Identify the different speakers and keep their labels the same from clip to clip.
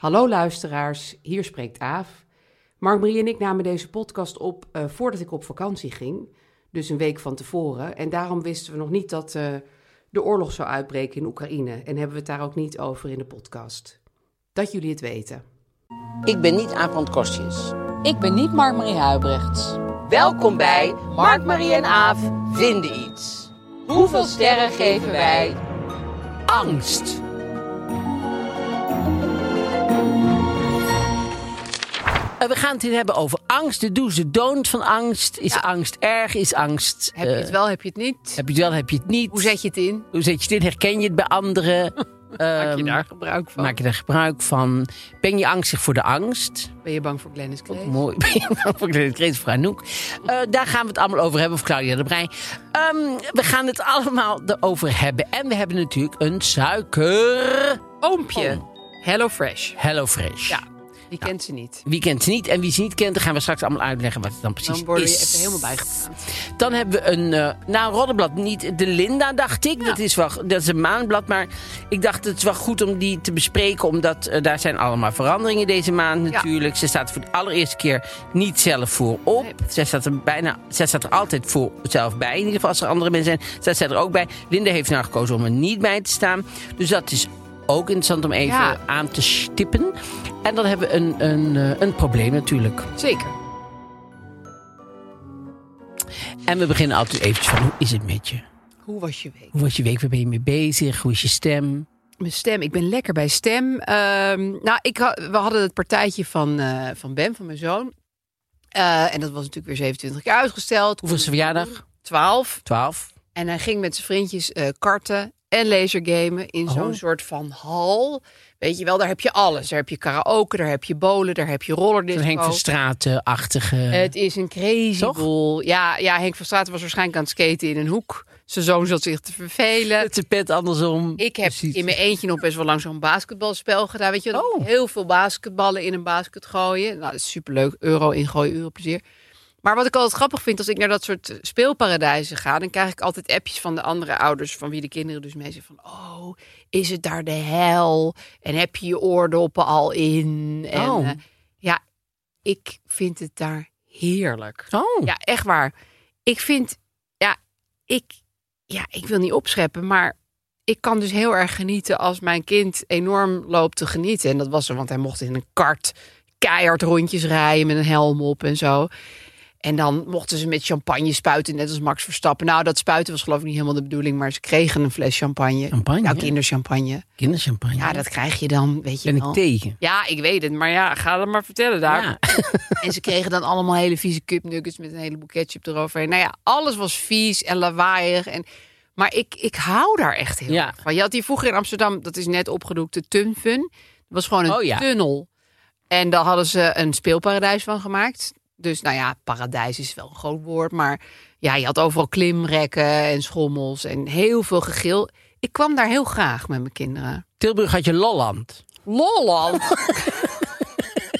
Speaker 1: Hallo luisteraars, hier spreekt Aaf. Mark Marie en ik namen deze podcast op eh, voordat ik op vakantie ging, dus een week van tevoren. En daarom wisten we nog niet dat eh, de oorlog zou uitbreken in Oekraïne en hebben we het daar ook niet over in de podcast. Dat jullie het weten.
Speaker 2: Ik ben niet Aaf Kostjes.
Speaker 3: Ik ben niet Mark-Marie Huibrechts.
Speaker 2: Welkom bij Mark, Marie en Aaf vinden iets. Hoeveel sterren geven wij? Angst. Eh, We gaan het hier hebben over angst, de do's, de don't van angst. Is angst erg? Is angst... eh,
Speaker 4: Heb je het wel, Eh, heb je het niet?
Speaker 2: Heb je het wel, heb je het niet?
Speaker 4: Hoe zet je het in?
Speaker 2: Hoe zet je dit? Herken je het bij anderen?
Speaker 4: Maak je
Speaker 2: Ehm,
Speaker 4: daar gebruik van?
Speaker 2: Maak je daar gebruik van? Ben je angstig voor de angst?
Speaker 4: Ben je bang voor Glennis Grace?
Speaker 2: Mooi. Voor Claudia de Kreet, voor Anouk. Eh, daar gaan we het allemaal over hebben, voor Claudia de Breij. Ehm, we gaan het allemaal erover hebben. En we hebben natuurlijk een suiker...
Speaker 4: Oompje.
Speaker 2: Oh.
Speaker 4: Hello Fresh.
Speaker 2: Hello Fresh.
Speaker 4: Ja, die kent ze niet.
Speaker 2: Wie kent ze niet en wie ze niet kent, dan gaan we straks allemaal uitleggen wat het dan precies
Speaker 4: Dan worden
Speaker 2: is.
Speaker 4: je even helemaal bijgepraat.
Speaker 2: Dan hebben we een, eh nou een roddenblad, niet de Linda dacht ik, dat, is wel, dat is een maandblad, maar ik dacht het is wel goed om die te bespreken, omdat eh, daar zijn allemaal veranderingen deze maand natuurlijk. Ze staat voor de allereerste keer niet zelf voorop. Zij, staat er bijna, zij staat er altijd voor zelf bij, in ieder geval als er andere mensen zijn, staat zij er ook bij. Linda heeft nou gekozen om er niet bij te staan, dus dat is ook interessant om even
Speaker 4: Ja.
Speaker 2: aan te stippen. En dan hebben we een, een, eh, een probleem natuurlijk.
Speaker 4: Zeker.
Speaker 2: En we beginnen altijd eventjes van, hoe is het met je?
Speaker 4: Hoe was je week?
Speaker 2: Hoe was je week? Waar ben je mee bezig? Hoe is je stem?
Speaker 4: Mijn stem. Ik ben lekker bij stem. Ehm, nou, ik ha- we hadden het partijtje van, eh, van Ben, van mijn zoon. Eh, en dat was natuurlijk weer 27 keer uitgesteld.
Speaker 2: Hoeveel is de verjaardag?
Speaker 4: 12.
Speaker 2: Twaalf.
Speaker 4: En hij ging met zijn vriendjes eh, karten en lasergamen in
Speaker 2: Oh.
Speaker 4: zo'n soort van hal. Weet je wel, daar heb je alles. Daar heb je karaoke, daar heb je bowlen, daar heb je rollerdisco.
Speaker 2: Een Henk van Straten-achtige...
Speaker 4: Eh, Het is een crazy
Speaker 2: Toch?
Speaker 4: boel. Ja, ja, Henk van Straten was waarschijnlijk aan het skaten in een hoek. Zijn zoon zat zich te vervelen.
Speaker 2: Met zijn pet andersom.
Speaker 4: Ik heb
Speaker 2: Precies.
Speaker 4: in mijn eentje nog best wel lang zo'n basketbalspel gedaan. Weet je, wel.
Speaker 2: Oh.
Speaker 4: heel veel basketballen in een basket gooien. Nou, dat is superleuk. Euro ingooien, euro plezier. Maar wat ik altijd grappig vind, als ik naar dat soort eh, speelparadijzen ga, dan krijg ik altijd appjes van de andere ouders, van wie de kinderen dus mee zijn. Van, oh, is het daar de hel? En heb je je oordoppen al in? En,
Speaker 2: Oh.
Speaker 4: eh, ja, ik vind het daar heerlijk.
Speaker 2: Oh,
Speaker 4: Ja, echt waar. Ik vind, ja, ik, ja, ik wil niet opscheppen, maar ik kan dus heel erg genieten als mijn kind enorm loopt te genieten. En dat was er, want hij mocht in een kart keihard rondjes rijden met een helm op en zo. En dan mochten ze met champagne spuiten, net als Max Verstappen. Nou, dat spuiten was geloof ik niet helemaal de bedoeling, maar ze kregen een fles champagne.
Speaker 2: Champagne,
Speaker 4: Nou,
Speaker 2: hè?
Speaker 4: kinderchampagne.
Speaker 2: kinderchampagne.
Speaker 4: Ja, dat krijg je dan, weet je
Speaker 2: ben
Speaker 4: wel.
Speaker 2: ik tegen.
Speaker 4: Ja, ik weet het, maar ja, ga dat maar vertellen daar.
Speaker 2: Ja.
Speaker 4: En ze kregen dan allemaal hele vieze cupnuggets met een heleboel ketchup eroverheen. Nou ja, alles was vies en lawaaiig. En... Maar ik, ik hou daar echt heel
Speaker 2: Ja.
Speaker 4: erg van. Je had hier vroeger in Amsterdam, dat is net opgedoekt, de Tunfun. Dat was gewoon een
Speaker 2: Oh ja.
Speaker 4: tunnel. En daar hadden ze een speelparadijs van gemaakt. Dus nou ja, paradijs is wel een groot woord. Maar ja, je had overal klimrekken en schommels en heel veel gegil. Ik kwam daar heel graag met mijn kinderen.
Speaker 2: Tilburg had je Lolland.
Speaker 4: Lolland.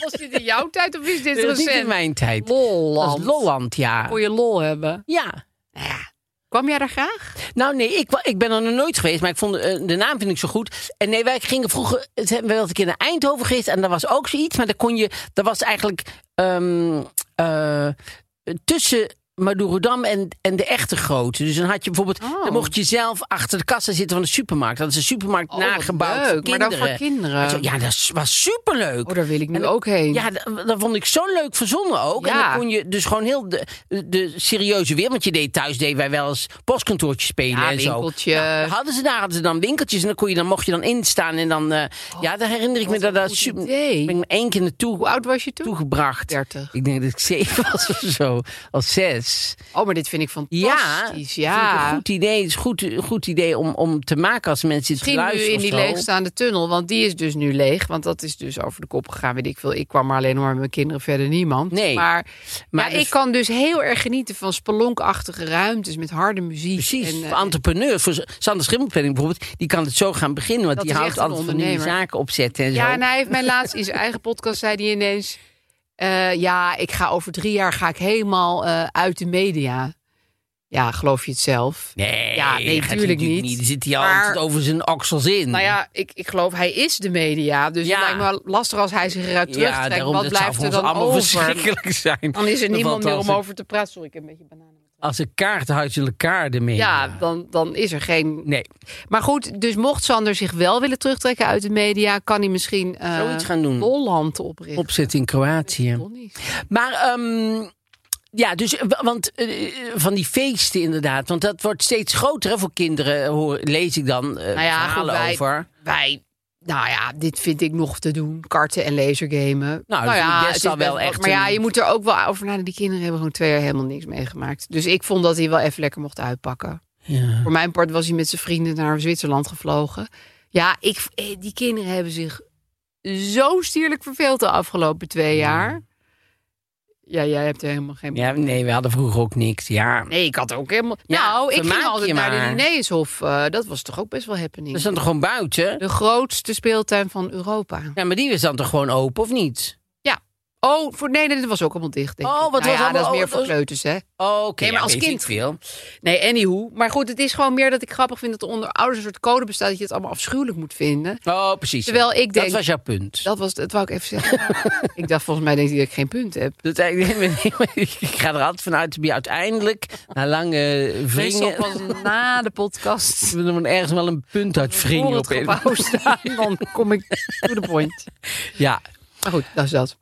Speaker 4: Was dit in jouw tijd of is dit
Speaker 2: Dat is niet
Speaker 4: recent?
Speaker 2: in mijn tijd. Dat
Speaker 4: Lolland.
Speaker 2: is Lolland, ja.
Speaker 4: Kon je lol hebben?
Speaker 2: Ja.
Speaker 4: Kwam jij daar graag?
Speaker 2: Nou nee, ik, wa- ik ben er nog nooit geweest, maar ik vond, eh, de naam vind ik zo goed. En nee, wij gingen vroeger, we hebben wel een keer naar Eindhoven geweest en daar was ook zoiets, maar daar kon je, daar was eigenlijk ehm, eh, tussen Madurodam en, en de echte grote. Dus dan had je bijvoorbeeld,
Speaker 4: Oh.
Speaker 2: dan mocht je zelf achter de kassa zitten van de supermarkt. Dat is een supermarkt
Speaker 4: Oh, wat
Speaker 2: nagebouwd. voor
Speaker 4: leuk. Maar dan voor kinderen.
Speaker 2: En zo, Ja, dat is- was superleuk.
Speaker 4: Oh, daar wil ik nu
Speaker 2: En-
Speaker 4: ook heen.
Speaker 2: Ja, dat, dat vond ik zo leuk verzonnen ook. En
Speaker 4: Ja.
Speaker 2: dan kon je dus gewoon heel de, de serieuze weer. Want je deed thuis deden wij wel eens postkantoortjes spelen
Speaker 4: Ja,
Speaker 2: en
Speaker 4: winkeltje.
Speaker 2: zo. Nou, hadden ze daar hadden ze dan winkeltjes en dan kon je dan mocht je dan instaan en dan eh,
Speaker 4: Oh,
Speaker 2: ja, daar herinner ik me dat dat
Speaker 4: goed
Speaker 2: super.
Speaker 4: idee.
Speaker 2: Ben ik me één keer naartoe
Speaker 4: Hoe oud was je toen?
Speaker 2: toegebracht.
Speaker 4: 30.
Speaker 2: Ik denk dat ik zeven was of zo, al zes.
Speaker 4: Oh, maar dit vind ik
Speaker 2: Ja,
Speaker 4: fantastisch.
Speaker 2: vind ik
Speaker 4: Ja.
Speaker 2: een goed idee. Het is goed, een goed idee om, om te maken als mensen het
Speaker 4: Misschien nu
Speaker 2: luisteren.
Speaker 4: in die
Speaker 2: of zo.
Speaker 4: leegstaande tunnel, want die is dus nu leeg. Want dat is dus over de kop gegaan, weet ik veel. Ik kwam maar alleen nog maar met mijn kinderen, verder niemand.
Speaker 2: Nee.
Speaker 4: Maar,
Speaker 2: Maar
Speaker 4: ja,
Speaker 2: dus-
Speaker 4: ik kan dus heel erg genieten van spelonkachtige ruimtes met harde muziek.
Speaker 2: Precies,
Speaker 4: En, eh,
Speaker 2: voor entrepreneurs. Voor Sander Schimmelpenning bijvoorbeeld, die kan het zo gaan beginnen. Want
Speaker 4: Dat
Speaker 2: die
Speaker 4: is
Speaker 2: houdt
Speaker 4: echt een
Speaker 2: altijd van die
Speaker 4: ondernemer.
Speaker 2: zaken opzetten en zo.
Speaker 4: ja, nou, en hij heeft mij laatst in zijn eigen podcast, zei hij ineens... eh, ja, ik ga over drie jaar ga ik helemaal eh, uit de media. Ja, geloof je het zelf?
Speaker 2: Nee,
Speaker 4: Ja, nee,
Speaker 2: gaat hij
Speaker 4: tuurlijk
Speaker 2: natuurlijk
Speaker 4: niet.
Speaker 2: Die zit hier
Speaker 4: Maar-
Speaker 2: altijd over zijn oksels in.
Speaker 4: Nou ja, ik, ik geloof hij is de media. Dus
Speaker 2: Ja.
Speaker 4: het lijkt me wel lastig als hij zich eruit terugtrekt.
Speaker 2: ja daarom
Speaker 4: Wat
Speaker 2: dat zou
Speaker 4: blijft
Speaker 2: voor
Speaker 4: er
Speaker 2: ons
Speaker 4: dan
Speaker 2: allemaal
Speaker 4: over?
Speaker 2: verschrikkelijk zijn.
Speaker 4: Dan is er niemand
Speaker 2: Want
Speaker 4: meer
Speaker 2: als
Speaker 4: om
Speaker 2: een-
Speaker 4: over te praten. Sorry, ik heb een beetje bananen.
Speaker 2: Als een kaart houdt je elkaar ermee.
Speaker 4: Ja, dan, dan is er geen...
Speaker 2: Nee,
Speaker 4: Maar goed, dus mocht Sander zich wel willen terugtrekken uit de media... kan hij misschien eh,
Speaker 2: Zoiets gaan doen.
Speaker 4: Holland oprichten.
Speaker 2: opzet in Kroatië.
Speaker 4: Donnie.
Speaker 2: Maar ehm, ja, dus eh, wa- want eh, van die feesten inderdaad, want dat wordt steeds groter hè, voor kinderen. Hoor, lees ik dan eh, verhalen
Speaker 4: Nou goed, wij-
Speaker 2: over.
Speaker 4: Wij, nou ja, dit vind ik nog te doen. Karten en lasergamen.
Speaker 2: Nou, het is best al wel echt
Speaker 4: Maar ja,
Speaker 2: een-
Speaker 4: je moet er ook wel over nadenken. Die kinderen hebben gewoon twee jaar helemaal niks meegemaakt. Dus ik vond dat hij wel even lekker mocht uitpakken.
Speaker 2: Ja.
Speaker 4: Voor mijn part was hij met zijn vrienden naar Zwitserland gevlogen. Ja, ik, eh, die kinderen hebben zich zo stierlijk verveeld de afgelopen twee jaar. Ja, jij hebt er helemaal geen...
Speaker 2: ja, nee, we hadden vroeger ook niks. Ja,
Speaker 4: Nee, ik had ook helemaal...
Speaker 2: Ja,
Speaker 4: nou, ik
Speaker 2: vermaak
Speaker 4: ging
Speaker 2: je
Speaker 4: altijd naar
Speaker 2: maar. Dus-
Speaker 4: de Dineeshof. eh, dat was toch ook best wel happening.
Speaker 2: dat is dan toch gewoon buiten?
Speaker 4: De grootste speeltuin van Europa.
Speaker 2: Ja, maar die was dan toch gewoon open, of niet?
Speaker 4: Oh, voor, nee, nee, dat was ook allemaal dicht. Denk
Speaker 2: Oh,
Speaker 4: ik.
Speaker 2: wat
Speaker 4: Nou
Speaker 2: was
Speaker 4: ja,
Speaker 2: allemaal-
Speaker 4: dat is
Speaker 2: oh,
Speaker 4: meer
Speaker 2: dat
Speaker 4: voor
Speaker 2: was-
Speaker 4: kleuters, hè?
Speaker 2: Oh, Oké,
Speaker 4: Nee, maar
Speaker 2: ja,
Speaker 4: als
Speaker 2: weet
Speaker 4: kind.
Speaker 2: ik veel.
Speaker 4: Nee, anyhow. Maar goed, het is gewoon meer dat ik grappig vind dat er onder ouders een soort code bestaat dat je het allemaal afschuwelijk moet vinden.
Speaker 2: Oh, precies. ja.
Speaker 4: Terwijl ik denk-
Speaker 2: Dat was jouw punt.
Speaker 4: Dat was, dat wou ik even zeggen. ik dacht, volgens mij denkt hij dat ik geen punt heb.
Speaker 2: Dat eigenlijk- ik ga er altijd vanuit dat je uiteindelijk, na lange
Speaker 4: Meestal
Speaker 2: wringen,
Speaker 4: pas na de podcast.
Speaker 2: we dan ergens wel een punt uit
Speaker 4: Voor
Speaker 2: wringen.
Speaker 4: het
Speaker 2: op een-
Speaker 4: gebouw staan, dan kom ik to the point.
Speaker 2: Ja.
Speaker 4: Maar goed, dat is dat.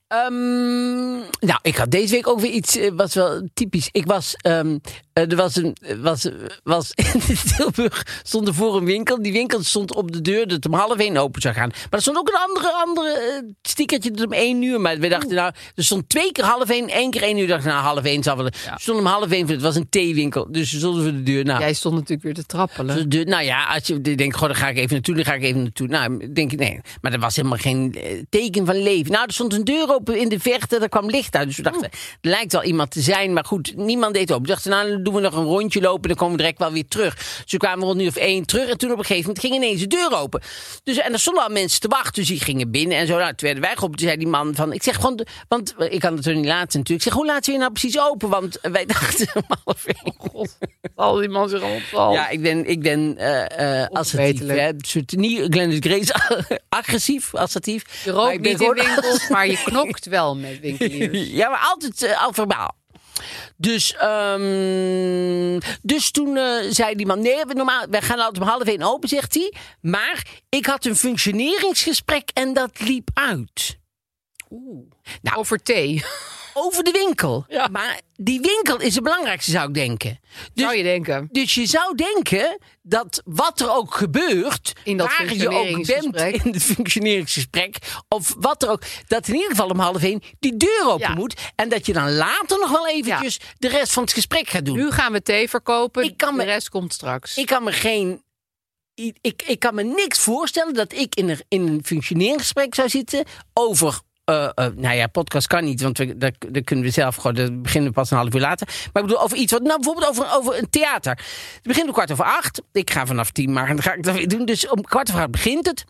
Speaker 2: Ehm, nou, ik had deze week ook weer iets eh, wat wel typisch. Ik was, ehm, eh, er was een, eh, was, eh, was in Tilburg stond er voor een winkel. Die winkel stond op de deur dat het om half één open zou gaan. Maar er stond ook een andere, andere eh, stickertje dat om één uur. Maar we dachten nou, er stond twee keer half één, één keer één uur. Dacht nou half één zal wel. Er Stond om half één. Het was een theewinkel, dus we stonden voor de deur. Nou,
Speaker 4: Jij stond natuurlijk weer te trappelen.
Speaker 2: dus de- nou ja, als je denkt, goh, daar ga ik even naartoe, daar ga ik even naartoe. Nou, denk je, nee, maar er was helemaal geen eh, teken van leven. Nou, er stond een deur open in de verte, daar kwam licht uit. Dus we dachten, er lijkt wel iemand te zijn, maar goed, niemand deed open. We dachten, nou, dan doen we nog een rondje lopen, dan komen we direct wel weer terug. Dus we kwamen rond nu of één terug en toen op een gegeven moment ging ineens de deur open. Dus, en er stonden al mensen te wachten, dus die gingen binnen en zo. Nou, toen werden wij geholpen. Toen zei die man van, ik zeg gewoon, want eh, ik kan het er niet laten natuurlijk. Ik zeg, hoe laat zijn je nou precies open? Want wij dachten om half één.
Speaker 4: Al die man zich al ontvalt.
Speaker 2: Ja, ik ben, ik ben eh eh assertief.
Speaker 4: Onverbeterlijk.
Speaker 2: Hè? Een soort Niet Glennis Grace agressief, assertief.
Speaker 4: je
Speaker 2: Maar
Speaker 4: rookt
Speaker 2: ik ben
Speaker 4: niet in
Speaker 2: gewoon-
Speaker 4: winkels, maar je knokt wel met winkeliers.
Speaker 2: Ja, maar altijd eh, al verbaal. Dus, ehm, dus toen eh, zei die man: Nee, we normaal, wij gaan altijd om half één open, zegt hij. Maar ik had een functioneringsgesprek en dat liep uit. Nou.
Speaker 4: Over thee.
Speaker 2: Over de winkel. Maar die winkel is het belangrijkste, zou ik denken. Dus
Speaker 4: Zou je denken?
Speaker 2: Dus je zou denken dat wat er ook gebeurt,
Speaker 4: In dat
Speaker 2: waar je ook bent
Speaker 4: functioneringsgesprek.
Speaker 2: in het functioneringsgesprek, of wat er ook, dat in ieder geval om half één die deur open
Speaker 4: Ja.
Speaker 2: moet. En dat je dan later nog wel eventjes de rest van het gesprek gaat doen.
Speaker 4: Nu gaan we thee verkopen.
Speaker 2: Hm. Ik kan me-
Speaker 4: De rest komt straks.
Speaker 2: Ik kan me geen. i- Ik, ik kan me niks voorstellen dat ik in een, in een functioneringsgesprek zou zitten over. eh, eh, nou ja, podcast kan niet, want we, dat, dat kunnen we zelf gewoon. Dat beginnen we pas een half uur later. Maar ik bedoel, over iets wat. Nou, bijvoorbeeld over, over een theater. Het begint om kwart over acht. Ik ga vanaf tien, maar dan ga ik dat weer doen. Dus om kwart over acht begint het.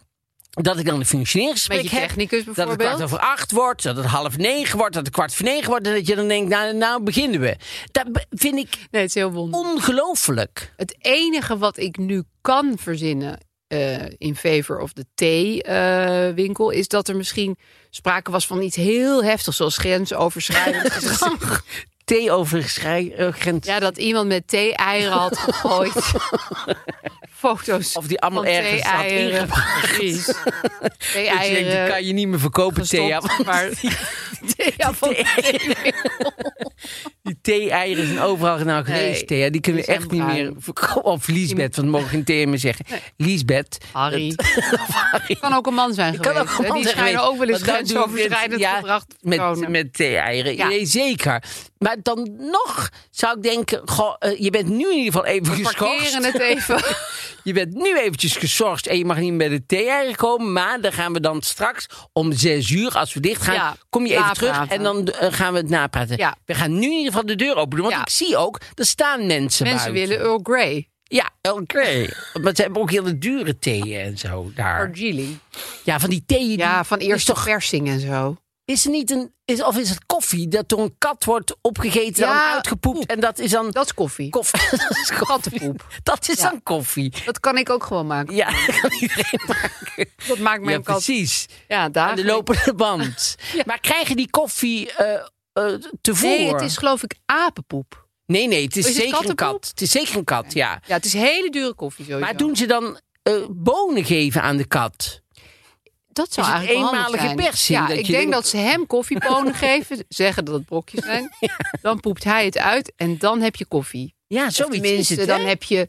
Speaker 2: Dat ik dan een functioneringsgesprek
Speaker 4: Met je
Speaker 2: heb.
Speaker 4: technicus
Speaker 2: Dat het kwart
Speaker 4: bijvoorbeeld.
Speaker 2: over acht wordt, dat het half negen wordt, dat het kwart voor negen wordt. En dat je dan denkt, nou, nou beginnen we. Dat be- vind ik
Speaker 4: Nee, het is heel wonderlijk.
Speaker 2: ongelooflijk.
Speaker 4: Het enige wat ik nu kan verzinnen eh, in favor of de theewinkel... is dat er misschien sprake was van iets heel heftigs... zoals grensoverschrijdend gedrag.
Speaker 2: thee overgeschreven.
Speaker 4: Ja, dat iemand met thee-eieren had gegooid. Foto's.
Speaker 2: Of die allemaal
Speaker 4: van
Speaker 2: ergens had
Speaker 4: thee-eieren.
Speaker 2: ingebracht.
Speaker 4: Precies.
Speaker 2: Dus je denkt, die
Speaker 4: Thee-eieren.
Speaker 2: kan je niet meer verkopen, Thea.
Speaker 4: gestopt,
Speaker 2: want
Speaker 4: maar- Thea van de theewinkel.
Speaker 2: Die thee-eieren zijn overal nou geweest,
Speaker 4: Nee,
Speaker 2: Thea. Die kunnen we
Speaker 4: die zijn
Speaker 2: echt niet
Speaker 4: bruin.
Speaker 2: meer verkopen. Of Liesbeth, want we mogen geen Thea meer zeggen. Liesbeth.
Speaker 4: Harry. Kan ook een man zijn
Speaker 2: kan
Speaker 4: geweest.
Speaker 2: ook
Speaker 4: hè?
Speaker 2: gewoon
Speaker 4: Die schijnen ook wel eens grensoverschrijdend gedrag te
Speaker 2: met,
Speaker 4: vertonen.
Speaker 2: met thee-eieren.
Speaker 4: Ja.
Speaker 2: Nee, zeker. Maar dan nog zou ik denken... Goh, eh, je bent nu in ieder geval even
Speaker 4: We
Speaker 2: geschorst.
Speaker 4: parkeren het even.
Speaker 2: Je bent nu eventjes geschorst en je mag niet meer bij de thee-eieren komen. Maar dan gaan we dan straks om zes uur, als we dicht gaan...
Speaker 4: Ja,
Speaker 2: kom je even
Speaker 4: napraten.
Speaker 2: terug en dan eh, gaan we het napraten.
Speaker 4: Ja.
Speaker 2: We gaan nu in ieder geval de deur openen. Want
Speaker 4: Ja.
Speaker 2: ik zie ook, er staan mensen
Speaker 4: Mensen
Speaker 2: buiten.
Speaker 4: willen Earl Grey.
Speaker 2: Ja, oké. Maar ze hebben ook hele dure thee en zo daar.
Speaker 4: Argeeling.
Speaker 2: Ja, van die thee. die-
Speaker 4: Ja, van
Speaker 2: Is,
Speaker 4: eerste
Speaker 2: toch,
Speaker 4: persing en zo.
Speaker 2: is er niet een. Is, of is het koffie dat door een kat wordt opgegeten,
Speaker 4: Ja,
Speaker 2: dan uitgepoept en dat is dan.
Speaker 4: Dat is koffie.
Speaker 2: koffie. dat is koffie.
Speaker 4: Kattenpoep.
Speaker 2: Dat is
Speaker 4: Ja.
Speaker 2: dan koffie.
Speaker 4: Dat kan ik ook gewoon maken.
Speaker 2: Ja, dat kan iedereen maken.
Speaker 4: Dat maakt mijn
Speaker 2: ja,
Speaker 4: kat.
Speaker 2: precies.
Speaker 4: Ja,
Speaker 2: Aan
Speaker 4: daar.
Speaker 2: de lopende band. Maar krijgen die koffie eh eh tevoren?
Speaker 4: Nee, het is geloof ik apenpoep.
Speaker 2: nee, nee, het is,
Speaker 4: Is het
Speaker 2: zeker een
Speaker 4: kattenpoep?
Speaker 2: kat. Het is zeker een kat, ja.
Speaker 4: Ja, het is hele dure koffie sowieso.
Speaker 2: Maar doen ze dan eh, bonen geven aan de kat?
Speaker 4: dat zou
Speaker 2: is het
Speaker 4: eigenlijk wel handig
Speaker 2: eenmalige
Speaker 4: zijn.
Speaker 2: persing
Speaker 4: Ja,
Speaker 2: dat
Speaker 4: ik
Speaker 2: je
Speaker 4: denk
Speaker 2: denkt-
Speaker 4: dat ze hem koffiebonen geven, zeggen dat het brokjes zijn. Dan poept hij het uit en dan heb je koffie.
Speaker 2: Ja,
Speaker 4: Of
Speaker 2: zoiets is
Speaker 4: tenminste,
Speaker 2: het.
Speaker 4: dan
Speaker 2: hè?
Speaker 4: heb je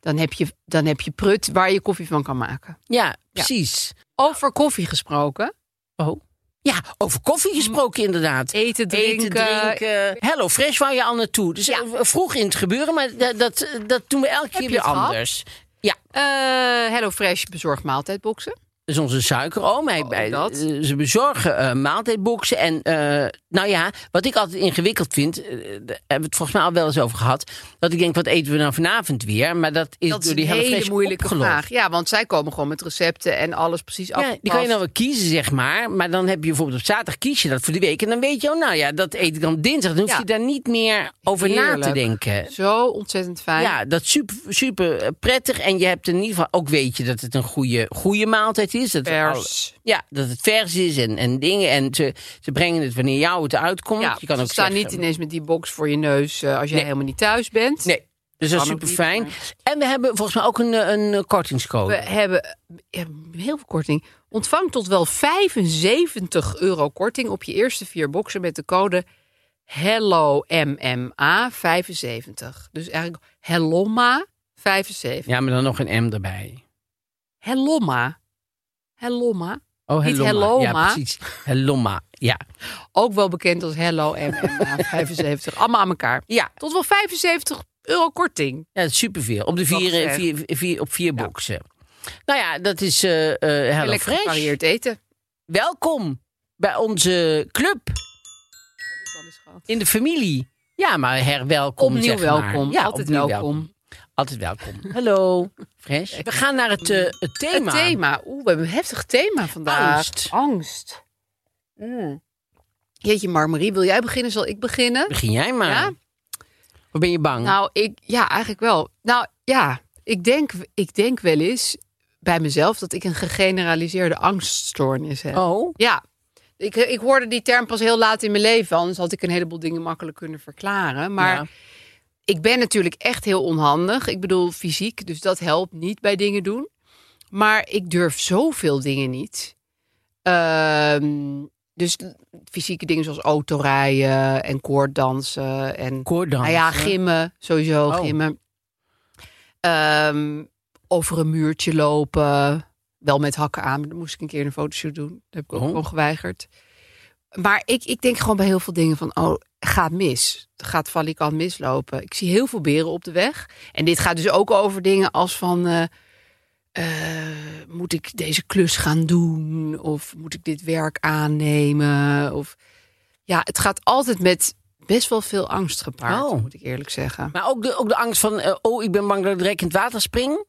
Speaker 4: dan heb je dan heb je prut waar je koffie van kan maken.
Speaker 2: Ja, precies.
Speaker 4: Over koffie gesproken.
Speaker 2: Oh. Ja, over koffie gesproken inderdaad.
Speaker 4: Eten, drinken.
Speaker 2: drinken. Hello Fresh wou je al naartoe. Dus eh, vroeg in het gebeuren, maar dat, dat, dat doen we elke keer
Speaker 4: je
Speaker 2: weer
Speaker 4: het gehad?
Speaker 2: anders. Ja,
Speaker 4: Eh, Hello Fresh bezorgt maaltijdboxen.
Speaker 2: dus onze suikeroom. Hij,
Speaker 4: Oh,
Speaker 2: bij-
Speaker 4: dat.
Speaker 2: eh, Ze bezorgen eh, maaltijdboxen. En eh, nou ja, wat ik altijd ingewikkeld vind, eh, daar hebben we het volgens mij al wel eens over gehad. Dat ik denk, wat eten we nou vanavond weer? Maar dat is
Speaker 4: Dat is
Speaker 2: door
Speaker 4: een
Speaker 2: die Hello
Speaker 4: hele
Speaker 2: Fresh
Speaker 4: moeilijke
Speaker 2: opgelost.
Speaker 4: vraag. Ja, want zij komen gewoon met recepten en alles precies af.
Speaker 2: Ja, die kan je dan wel kiezen, zeg maar. Maar dan heb je bijvoorbeeld op zaterdag kies je dat voor de week. En dan weet je, oh, nou ja, dat eet ik dan dinsdag. Dan hoef
Speaker 4: Ja.
Speaker 2: je daar niet meer over na te
Speaker 4: Heerlijk.
Speaker 2: denken.
Speaker 4: Zo ontzettend fijn.
Speaker 2: Ja, dat is super, super eh, prettig. En je hebt in ieder geval ook weet je dat het een goede, goede maaltijd is. Dat het
Speaker 4: Vers.
Speaker 2: alle- ja, dat het vers is en, en dingen. En ze, ze brengen het wanneer jou het uitkomt.
Speaker 4: Ja,
Speaker 2: je kan
Speaker 4: ze
Speaker 2: ook
Speaker 4: staan
Speaker 2: zeggen-
Speaker 4: niet ineens met die box voor je neus eh, als jij
Speaker 2: Nee.
Speaker 4: helemaal niet thuis bent.
Speaker 2: Nee, dus dat is
Speaker 4: Kan ook
Speaker 2: super
Speaker 4: niet,
Speaker 2: fijn. En we hebben volgens mij ook een, eh, een eh, kortingscode.
Speaker 4: We hebben ja, heel veel korting. Ontvang tot wel 75 euro korting op je eerste vier boxen met de code HelloMMA75. Dus eigenlijk Helloma75.
Speaker 2: Ja, maar dan nog een M erbij.
Speaker 4: Helloma. Helloma.
Speaker 2: Oh,
Speaker 4: Niet
Speaker 2: Helloma.
Speaker 4: Helloma.
Speaker 2: Ja, precies. Helloma, ja.
Speaker 4: Ook wel bekend als Hello MMA75. Allemaal aan elkaar.
Speaker 2: Ja,
Speaker 4: Tot wel 75 euro korting.
Speaker 2: Ja, dat is superveel. Op de
Speaker 4: Dat
Speaker 2: vier, eh,
Speaker 4: gezegd.
Speaker 2: vier, vier, op vier boxen. Nou ja, dat is eh eh, Hello
Speaker 4: Lekker
Speaker 2: Fresh.
Speaker 4: gevarieerd eten.
Speaker 2: Welkom bij onze club in de familie. Ja, maar herwelkom.
Speaker 4: Opnieuw
Speaker 2: zeg maar.
Speaker 4: welkom.
Speaker 2: Ja,
Speaker 4: Altijd
Speaker 2: opnieuw
Speaker 4: welkom.
Speaker 2: Altijd welkom. Hallo, Fresh. We gaan naar het, eh, het thema.
Speaker 4: Het thema. Oeh, we hebben een heftig thema vandaag.
Speaker 2: Angst.
Speaker 4: Angst. Mm. Jeetje, Marmarie, wil jij beginnen? Zal ik beginnen?
Speaker 2: Begin jij maar.
Speaker 4: Ja?
Speaker 2: Of ben je bang?
Speaker 4: Nou, ik, ja, eigenlijk wel. Nou ja, ik denk, ik denk wel eens bij mezelf dat ik een gegeneraliseerde angststoornis heb.
Speaker 2: oh,
Speaker 4: Ja, ik, ik hoorde die term pas heel laat in mijn leven, anders had ik een heleboel dingen makkelijk kunnen verklaren. Maar
Speaker 2: Ja.
Speaker 4: ik ben natuurlijk echt heel onhandig. Ik bedoel, fysiek, dus dat helpt niet bij dingen doen. Maar ik durf zoveel dingen niet. Ehm, dus fysieke dingen zoals autorijden en koorddansen en
Speaker 2: koordansen.
Speaker 4: nou ja, gimmen, sowieso
Speaker 2: Oh.
Speaker 4: gimmen. Ehm, over een muurtje lopen. Wel met hakken aan, maar dat moest ik een keer een fotoshoot doen. Dat heb ik ook
Speaker 2: Oh.
Speaker 4: gewoon geweigerd. Maar ik, ik denk gewoon bij heel veel dingen van, oh, gaat mis. Het Gaat valikant mislopen. Ik zie heel veel beren op de weg. En dit gaat dus ook over dingen als van... eh, eh, moet ik deze klus gaan doen? Of moet ik dit werk aannemen? Of ja, het gaat altijd met best wel veel angst gepaard,
Speaker 2: Oh.
Speaker 4: moet ik eerlijk zeggen.
Speaker 2: Maar ook de, ook de angst van, eh, oh, ik ben bang dat ik direct in het water spring.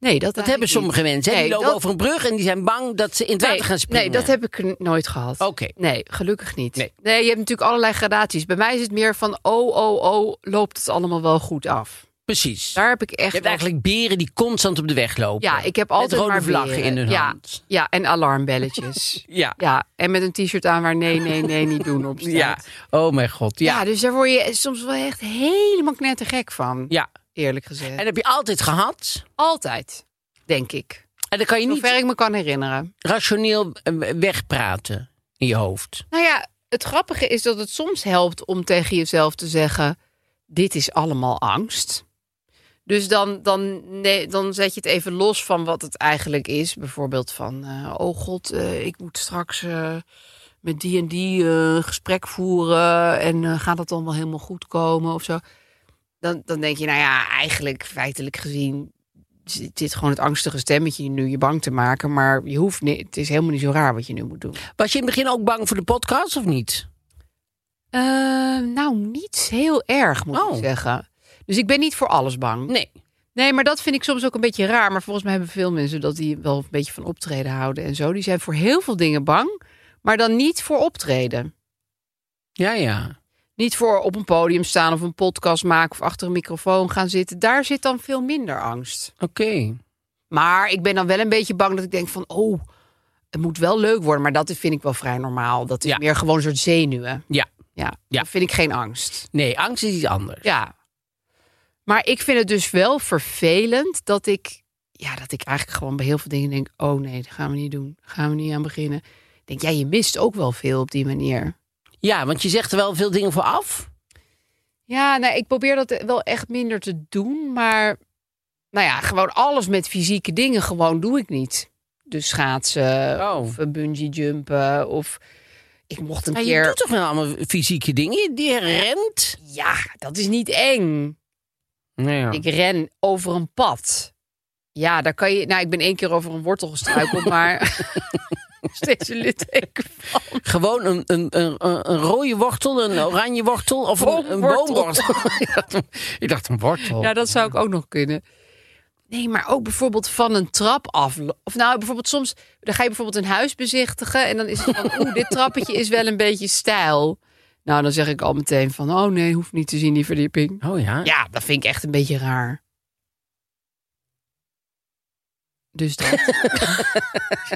Speaker 4: Nee, dat,
Speaker 2: Dat hebben sommige mensen. hè. die
Speaker 4: Nee,
Speaker 2: lopen
Speaker 4: dat-
Speaker 2: over een brug en die zijn bang dat ze in het water gaan springen.
Speaker 4: Nee, dat heb ik n- nooit gehad.
Speaker 2: Oké.
Speaker 4: Nee, gelukkig niet.
Speaker 2: Nee.
Speaker 4: Nee. je hebt natuurlijk allerlei gradaties. Bij mij is het meer van, oh, oh, oh, loopt het allemaal wel goed af.
Speaker 2: Precies.
Speaker 4: Daar heb ik echt.
Speaker 2: Je hebt
Speaker 4: last-
Speaker 2: eigenlijk beren die constant op de weg lopen.
Speaker 4: ja, ik heb altijd
Speaker 2: Met rode
Speaker 4: maar
Speaker 2: vlaggen
Speaker 4: beren.
Speaker 2: in hun
Speaker 4: ja,
Speaker 2: hand.
Speaker 4: Ja, en alarmbelletjes.
Speaker 2: Ja.
Speaker 4: ja, en met een t-shirt aan waar nee, nee, nee niet doen op staat.
Speaker 2: Ja. Oh mijn god.
Speaker 4: Ja,
Speaker 2: Ja.
Speaker 4: dus daar word je soms wel echt helemaal knettergek van.
Speaker 2: ja.
Speaker 4: Eerlijk gezegd.
Speaker 2: En dat heb je altijd gehad.
Speaker 4: altijd, denk ik.
Speaker 2: En dan kan je niet
Speaker 4: Zover ik me kan herinneren.
Speaker 2: rationeel eh, wegpraten in je hoofd.
Speaker 4: Nou ja, het grappige is dat het soms helpt om tegen jezelf te zeggen: Dit is allemaal angst. Dus dan, dan, nee, dan zet je het even los van wat het eigenlijk is. Bijvoorbeeld van: eh, Oh god, eh, ik moet straks eh, met die en die eh, gesprek voeren. En eh, gaat dat dan wel helemaal goed komen of zo? Dan, dan denk je: Nou ja, eigenlijk feitelijk gezien zit zit gewoon het angstige stemmetje nu je bang te maken. Maar je hoeft niet, het is helemaal niet zo raar wat je nu moet doen.
Speaker 2: Was je in het begin ook bang voor de podcast of niet?
Speaker 4: Eh, nou, niet heel erg, moet
Speaker 2: Oh.
Speaker 4: ik zeggen. Dus ik ben niet voor alles bang.
Speaker 2: Nee.
Speaker 4: Nee, maar dat vind ik soms ook een beetje raar. Maar volgens mij hebben veel mensen dat die wel een beetje van optreden houden en zo. Die zijn voor heel veel dingen bang, maar dan niet voor optreden.
Speaker 2: Ja, ja.
Speaker 4: Niet voor op een podium staan of een podcast maken of achter een microfoon gaan zitten. Daar zit dan veel minder angst.
Speaker 2: Oké.
Speaker 4: Maar ik ben dan wel een beetje bang dat ik denk van, oh, het moet wel leuk worden. Maar dat vind ik wel vrij normaal. Dat is
Speaker 2: Ja.
Speaker 4: meer gewoon een soort zenuwen.
Speaker 2: Ja.
Speaker 4: Ja,
Speaker 2: Ja.
Speaker 4: dat vind ik geen angst.
Speaker 2: Nee, angst is iets anders.
Speaker 4: Ja. Maar ik vind het dus wel vervelend dat ik... Ja, dat ik eigenlijk gewoon bij heel veel dingen denk... Oh nee, dat gaan we niet doen. Daar gaan we niet aan beginnen. Ik denk, ja, je mist ook wel veel op die manier.
Speaker 2: Ja, want je zegt er wel veel dingen voor af.
Speaker 4: Ja, nou, ik probeer dat wel echt minder te doen. Maar nou ja, gewoon alles met fysieke dingen gewoon doe ik niet. Dus schaatsen
Speaker 2: Oh.
Speaker 4: of eh, bungee jumpen of... Ik mocht een
Speaker 2: Maar
Speaker 4: keer...
Speaker 2: je doet toch wel allemaal fysieke dingen? Je die rent.
Speaker 4: Ja, dat is niet eng.
Speaker 2: Ja.
Speaker 4: Ik ren over een pad. Ja, daar kan je. Nou, ik ben één keer over een wortel gestruikeld, maar steeds een litteken van.
Speaker 2: Gewoon een, een, een, een een rode wortel, een oranje wortel of een, een
Speaker 4: Boomwortel.
Speaker 2: boomwortel. ik, dacht, ik dacht een wortel.
Speaker 4: Ja, dat zou ik ook nog kunnen. Nee, maar ook bijvoorbeeld van een trap af. Of nou, bijvoorbeeld soms. Dan ga je bijvoorbeeld een huis bezichtigen. En dan is het van. Oeh, dit trappetje is wel een beetje stijl. Nou, dan zeg ik al meteen van. Oh nee, hoeft niet te zien die verdieping.
Speaker 2: Oh ja.
Speaker 4: Ja, dat vind ik echt een beetje raar. Dus dat.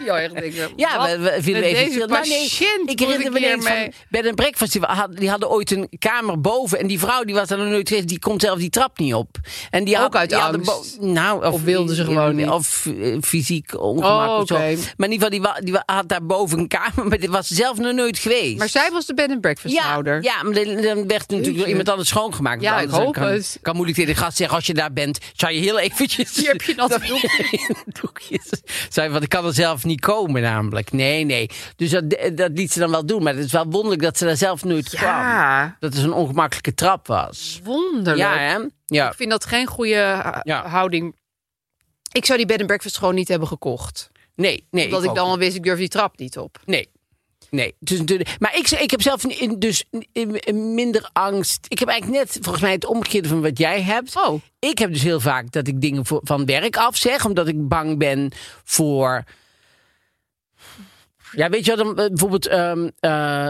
Speaker 4: ja, echt denken,
Speaker 2: Ja,
Speaker 4: wat
Speaker 2: we, we vinden
Speaker 4: met
Speaker 2: even
Speaker 4: deze
Speaker 2: stil. Nou, nee,
Speaker 4: patiënt moet
Speaker 2: ik herinner
Speaker 4: ik
Speaker 2: me ineens
Speaker 4: hiermee?
Speaker 2: van Bed and Breakfast. Die, had, die hadden ooit een kamer boven. En die vrouw die was er nog nooit geweest. Die komt zelf die trap niet op. En die
Speaker 4: Ook
Speaker 2: had,
Speaker 4: uit
Speaker 2: die hadden
Speaker 4: angst?
Speaker 2: bo- nou, of,
Speaker 4: Of wilden ze gewoon niet?
Speaker 2: Of eh, fysiek ongemak
Speaker 4: Oh,
Speaker 2: of zo.
Speaker 4: oké.
Speaker 2: Maar in ieder geval, die, wa- die wa- had daar boven een kamer. Maar die was zelf nog nooit geweest.
Speaker 4: Maar zij was de bed and breakfast
Speaker 2: ja,
Speaker 4: houder.
Speaker 2: ja, maar dan werd natuurlijk door
Speaker 4: Jeetje.
Speaker 2: iemand anders schoongemaakt.
Speaker 4: Ja,
Speaker 2: Want
Speaker 4: ik
Speaker 2: anders
Speaker 4: hoop
Speaker 2: kan,
Speaker 4: het.
Speaker 2: Kan moeilijk tegen de gast zeggen, als je daar bent, zou je heel eventjes...
Speaker 4: Hier heb je natte
Speaker 2: doekjes. Zou je, want ik kan er zelf niet komen namelijk. Nee, nee. Dus dat, dat liet ze dan wel doen. Maar het is wel wonderlijk dat ze daar zelf nooit kwam.
Speaker 4: Ja,
Speaker 2: Dat het een ongemakkelijke trap was.
Speaker 4: wonderlijk.
Speaker 2: Ja, hè? Ja.
Speaker 4: Ik vind dat geen goede eh,
Speaker 2: Ja.
Speaker 4: houding. Ik zou die bed and breakfast gewoon niet hebben gekocht.
Speaker 2: Nee, nee.
Speaker 4: Omdat ik,
Speaker 2: ook
Speaker 4: dan al wist, ik durf die trap niet op.
Speaker 2: Nee. Nee, het is natuurlijk- maar ik, ik heb zelf in- dus in- in minder angst. Ik heb eigenlijk net volgens mij het omgekeerde van wat jij hebt.
Speaker 4: Oh.
Speaker 2: Ik heb dus heel vaak dat ik dingen voor, van werk afzeg, omdat ik bang ben voor. Ja, weet je wat? Dan, eh, bijvoorbeeld, ehm, eh,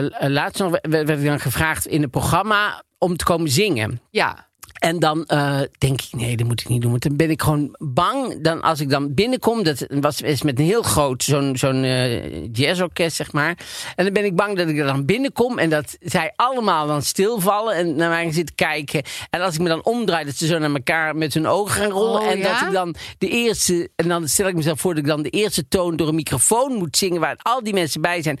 Speaker 2: eh, laatst nog werd- werd ik dan gevraagd in het programma om te komen zingen.
Speaker 4: Ja,
Speaker 2: En dan eh, denk ik, nee, dat moet ik niet doen. Want dan ben ik gewoon bang. Dan als ik dan binnenkom, dat was is met een heel groot, zo'n zo'n eh, jazzorkest, zeg maar. En dan ben ik bang dat ik er dan binnenkom en dat zij allemaal dan stilvallen en naar mij gaan zitten kijken. En als ik me dan omdraai, dat ze zo naar elkaar met hun ogen gaan rollen.
Speaker 4: Oh,
Speaker 2: en dat
Speaker 4: ja?
Speaker 2: ik dan de eerste, en dan stel ik mezelf voor dat ik dan de eerste toon door een microfoon moet zingen waar al die mensen bij zijn.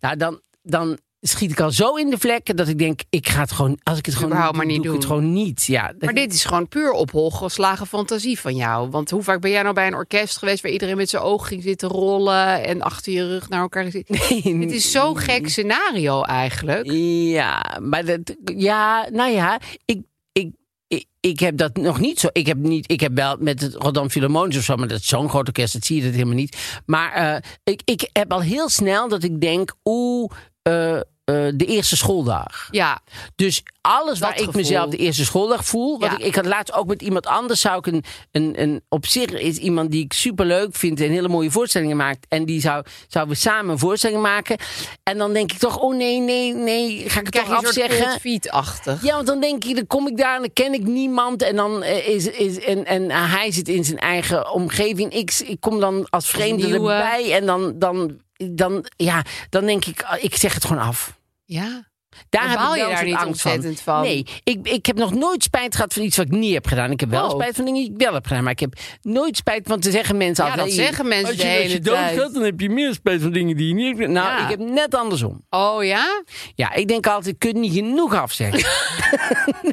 Speaker 2: Nou, dan. dan Schiet ik al zo in de vlekken dat ik denk, ik ga het gewoon, als ik het gewoon
Speaker 4: Überhaupt
Speaker 2: doe,
Speaker 4: maar niet
Speaker 2: doe ik het
Speaker 4: doen.
Speaker 2: gewoon Oh, niet. Ja, dat-
Speaker 4: maar dit is gewoon puur op hol geslagen fantasie van jou. Want hoe vaak ben jij nou bij een orkest geweest... waar iedereen met zijn ogen ging zitten rollen... en achter je rug naar elkaar ging zitten?
Speaker 2: Nee,
Speaker 4: Dit is zo'n gek scenario eigenlijk.
Speaker 2: Ja, maar dat, ja, nou ja, ik, ik, ik, ik heb dat nog niet zo. Ik heb, niet, ik heb wel met het Rotterdam Philharmonisch of zo, maar dat is zo'n groot orkest, dat zie je dat helemaal niet. Maar eh, ik, ik heb al heel snel dat ik denk, oeh, eh, eh, de eerste schooldag.
Speaker 4: Ja,
Speaker 2: Dus alles waar ik
Speaker 4: gevoel.
Speaker 2: mezelf de eerste schooldag voel. Want
Speaker 4: Ja.
Speaker 2: ik, ik had laatst ook met iemand anders. Zou ik een, een, een. Op zich is iemand die ik super leuk vind. En hele mooie voorstellingen maakt. En die zou, zouden we samen een voorstelling maken. En dan denk ik toch. Oh nee, nee, nee. Ga ik het
Speaker 4: krijg je
Speaker 2: toch
Speaker 4: een soort
Speaker 2: afzeggen?
Speaker 4: cold feet-achtig.
Speaker 2: Ja, want dan denk ik, dan kom ik daar en dan ken ik niemand. En, dan eh, is, is, en, en hij zit in zijn eigen omgeving. Ik, ik kom dan als vreemde
Speaker 4: Nieuwe.
Speaker 2: erbij. En dan, dan, dan, ja, dan denk ik, ah, ik zeg het gewoon af.
Speaker 4: Ja.
Speaker 2: Daar
Speaker 4: Dan
Speaker 2: heb
Speaker 4: baal
Speaker 2: ik
Speaker 4: je
Speaker 2: wel een
Speaker 4: daar
Speaker 2: soort
Speaker 4: niet
Speaker 2: angst van.
Speaker 4: ontzettend van.
Speaker 2: Nee, ik, ik heb nog nooit spijt gehad van iets wat ik niet heb gedaan. Ik heb wel
Speaker 4: Oh.
Speaker 2: spijt van dingen die ik wel heb gedaan. Maar ik heb nooit spijt, want te zeggen mensen
Speaker 4: Ja,
Speaker 2: altijd...
Speaker 4: dat
Speaker 2: "Hey,
Speaker 4: zeggen mensen
Speaker 2: als je,
Speaker 4: de
Speaker 2: als je
Speaker 4: hele
Speaker 2: doodgaat,
Speaker 4: tijd."
Speaker 2: dan heb je meer spijt van dingen die je niet hebt gedaan. Nou,
Speaker 4: Ja.
Speaker 2: ik heb net andersom.
Speaker 4: Oh ja?
Speaker 2: Ja, ik denk altijd, ik kunt niet genoeg afzeggen.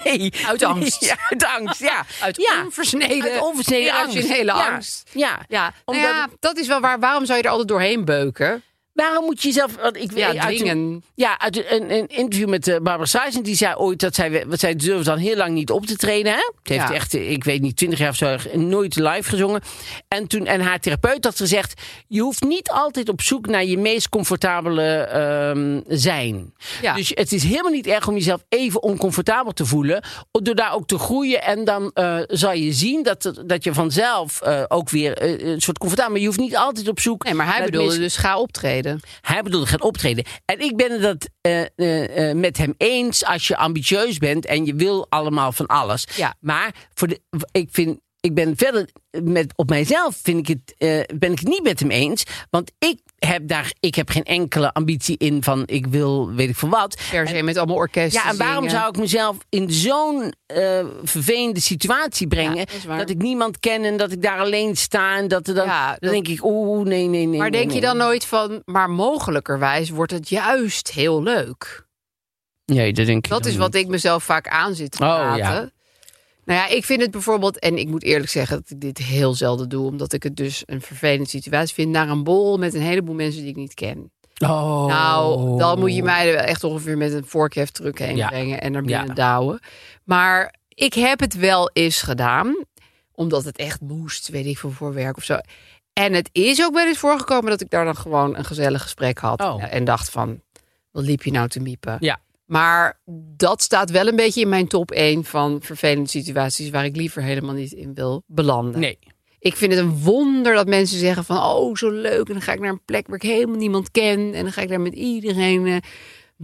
Speaker 2: nee.
Speaker 4: Uit angst.
Speaker 2: Ja, uit angst, ja.
Speaker 4: Uit
Speaker 2: ja.
Speaker 4: onversneden,
Speaker 2: Uit onversneden angst.
Speaker 4: irrationele
Speaker 2: Ja,
Speaker 4: angst.
Speaker 2: Ja.
Speaker 4: Ja, nou
Speaker 2: Omdat
Speaker 4: ja, dat is wel waar. Waarom zou je er altijd doorheen beuken?
Speaker 2: Waarom moet je jezelf... Want ik,
Speaker 4: Ja,
Speaker 2: uit een-
Speaker 4: dwingen.
Speaker 2: ja, uit een, een interview met eh, Barbara Streisand, die zei ooit dat zij... Wat zij durfde dan heel lang niet op te treden, hè? Ze heeft
Speaker 4: Ja.
Speaker 2: echt, eh, ik weet niet, twintig jaar of zo, nooit live gezongen. En, toen, en haar therapeut had gezegd... Je hoeft niet altijd op zoek naar je meest comfortabele ehm, zijn.
Speaker 4: Ja.
Speaker 2: Dus het is helemaal niet erg om jezelf even oncomfortabel te voelen. Door daar ook te groeien. En dan eh, zal je zien dat, het- dat je vanzelf eh, ook weer eh, een soort comfortabel... Maar je hoeft niet altijd op zoek...
Speaker 4: Nee, maar hij
Speaker 2: naar het
Speaker 4: bedoelde
Speaker 2: meest-
Speaker 4: dus ga optreden.
Speaker 2: hij bedoelde gaan optreden. En ik ben het dat, eh, eh, eh, met hem eens als je ambitieus bent en je wil allemaal van alles.
Speaker 4: Ja.
Speaker 2: Maar voor de, ik, vind, ik ben verder met, op mijzelf vind ik het, eh, ben ik het niet met hem eens. Want ik heb, daar, ik heb geen enkele ambitie in van ik wil weet ik van wat.
Speaker 4: Per se met allemaal orkesten
Speaker 2: Ja, en waarom
Speaker 4: zingen.
Speaker 2: zou ik mezelf in zo'n eh, vervelende situatie brengen?
Speaker 4: Ja, dat is waar.
Speaker 2: ik niemand ken en dat ik daar alleen sta. En dat er dan,
Speaker 4: Ja,
Speaker 2: dan
Speaker 4: dat-
Speaker 2: denk ik, oeh, nee, nee, nee.
Speaker 4: Maar
Speaker 2: nee,
Speaker 4: denk je
Speaker 2: nee.
Speaker 4: dan nooit van, maar mogelijkerwijs wordt het juist heel leuk?
Speaker 2: Nee, dat denk ik
Speaker 4: Dat
Speaker 2: dan
Speaker 4: is
Speaker 2: niet.
Speaker 4: wat ik mezelf vaak aan zit te
Speaker 2: Hm. Oh,
Speaker 4: praten.
Speaker 2: ja.
Speaker 4: Nou ja, ik vind het bijvoorbeeld, en ik moet eerlijk zeggen dat ik dit heel zelden doe, omdat ik het dus een vervelende situatie vind, naar een bol met een heleboel mensen die ik niet ken.
Speaker 2: Oh.
Speaker 4: Nou, dan moet je mij er wel echt ongeveer met een vorkheft truc heen
Speaker 2: Ja.
Speaker 4: brengen en naar
Speaker 2: Ja.
Speaker 4: binnen douwen. Maar ik heb het wel eens gedaan, omdat het echt moest, weet ik veel, voor werk of zo. En het is ook wel eens voorgekomen dat ik daar dan gewoon een gezellig gesprek had.
Speaker 2: Oh.
Speaker 4: En dacht van, wat liep je nou te miepen?
Speaker 2: Ja.
Speaker 4: Maar dat staat wel een beetje in mijn top 1 van vervelende situaties waar ik liever helemaal niet in wil belanden.
Speaker 2: Nee.
Speaker 4: Ik vind het een wonder dat mensen zeggen van oh, zo leuk. En dan ga ik naar een plek waar ik helemaal niemand ken. En dan ga ik daar met iedereen eh,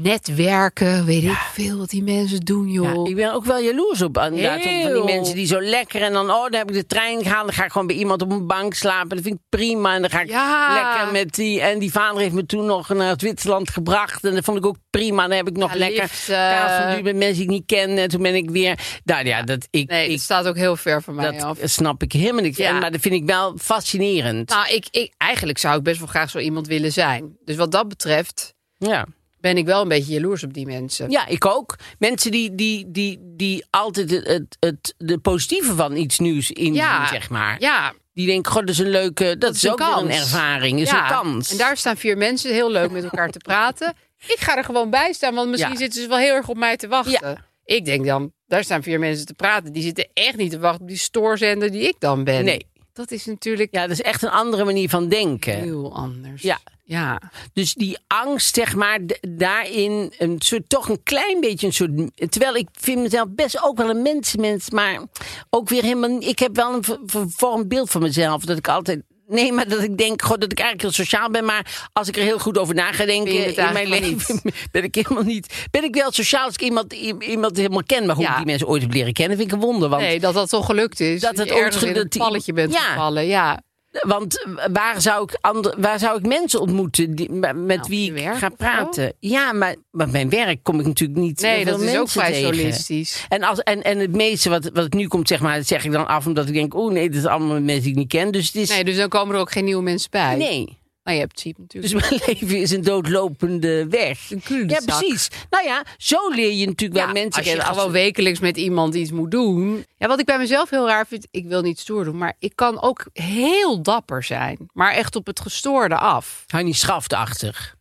Speaker 4: netwerken. Weet ik veel wat die mensen doen,
Speaker 2: Ja,
Speaker 4: joh.
Speaker 2: ik ben ook wel jaloers op, inderdaad, op van die
Speaker 4: Oh. Heel.
Speaker 2: mensen die zo lekker en dan, oh, dan heb ik de trein gehaald, dan ga ik gewoon bij iemand op een bank slapen, dat vind ik prima en dan ga ik
Speaker 4: Ja.
Speaker 2: lekker met die, en die vader heeft me toen nog naar Zwitserland gebracht en dat vond ik ook prima, dan heb ik nog
Speaker 4: Ja,
Speaker 2: lekker
Speaker 4: liefst, eh,
Speaker 2: kaas van met mensen die ik niet ken en toen ben ik weer, nou ja, dat ik,
Speaker 4: nee,
Speaker 2: ik
Speaker 4: het staat ook heel ver van mij
Speaker 2: dat
Speaker 4: af.
Speaker 2: snap ik helemaal niks,
Speaker 4: Ja.
Speaker 2: En- maar dat vind ik wel fascinerend.
Speaker 4: Nou, ik, ik, eigenlijk zou ik best wel graag zo iemand willen zijn. Dus wat dat betreft
Speaker 2: ja.
Speaker 4: ben ik wel een beetje jaloers op die mensen.
Speaker 2: Ja, ik ook. Mensen die, die, die, die altijd het, het, het- de positieve van iets nieuws inzien,
Speaker 4: Ja.
Speaker 2: zeg maar.
Speaker 4: Ja,
Speaker 2: Die denken, god, dat is een leuke... Dat, is,
Speaker 4: een
Speaker 2: ook wel een
Speaker 4: kans.
Speaker 2: ervaring, is een kans.
Speaker 4: En daar staan vier mensen heel leuk met elkaar te praten. Ik ga er gewoon bij staan, want misschien
Speaker 2: Ja.
Speaker 4: zitten ze wel heel erg op mij te wachten.
Speaker 2: Ja.
Speaker 4: Ik denk dan, daar staan vier mensen te praten. Die zitten echt niet te wachten op die stoorzender die ik dan ben.
Speaker 2: Nee.
Speaker 4: Dat is natuurlijk
Speaker 2: Ja, dat is echt een andere manier van denken.
Speaker 4: heel anders.
Speaker 2: Ja.
Speaker 4: ja.
Speaker 2: Dus die angst, zeg maar, d- daarin een soort, toch een klein beetje een soort... Terwijl ik vind mezelf best ook wel een mensenmens, maar ook weer helemaal... niet- Ik heb wel een ver- vervormd beeld van mezelf, dat ik altijd... Nee, maar dat ik denk, god, dat ik eigenlijk heel sociaal ben. Maar als ik er heel goed over na ga denken
Speaker 4: Ben je het
Speaker 2: in mijn
Speaker 4: eigenlijk
Speaker 2: leven, ben ik helemaal niet. Ben ik wel sociaal als ik iemand, i- iemand helemaal ken. Maar hoe
Speaker 4: Ja.
Speaker 2: ik die mensen ooit heb leren kennen, vind ik een wonder. Want
Speaker 4: Nee, dat dat toch gelukt is.
Speaker 2: Dat het
Speaker 4: je
Speaker 2: ooit
Speaker 4: ergens in
Speaker 2: gelukt-
Speaker 4: een palletje bent
Speaker 2: Ja.
Speaker 4: gevallen. Ja.
Speaker 2: Want eh, waar zou ik, ander, waar zou ik mensen ontmoeten die, met
Speaker 4: Nou, je
Speaker 2: wie ik
Speaker 4: werk
Speaker 2: ga
Speaker 4: of zo?
Speaker 2: praten? Ja, maar met mijn werk kom ik natuurlijk niet. heel
Speaker 4: Nee,
Speaker 2: veel
Speaker 4: dat is ook
Speaker 2: mensen
Speaker 4: vrij
Speaker 2: tegen.
Speaker 4: solistisch.
Speaker 2: En, als, en, en het meeste wat, wat nu komt, zeg maar, dat zeg ik dan af omdat ik denk: oh nee, dit is allemaal mensen die ik niet ken. Dus het is.
Speaker 4: Nee, dus dan komen er ook geen nieuwe mensen bij.
Speaker 2: nee.
Speaker 4: Nou, je hebt cheap natuurlijk.
Speaker 2: Dus mijn leven is een doodlopende weg.
Speaker 4: Een cul-de-sac.
Speaker 2: ja, precies. Nou ja, zo leer je natuurlijk wel mensen
Speaker 4: als je
Speaker 2: kennen.
Speaker 4: gewoon wekelijks met iemand iets moet doen. Ja, wat ik bij mezelf heel raar vind, ik wil niet stoer doen, maar ik kan ook heel dapper zijn, maar echt op het gestoorde af.
Speaker 2: Hanni Schaftachtig.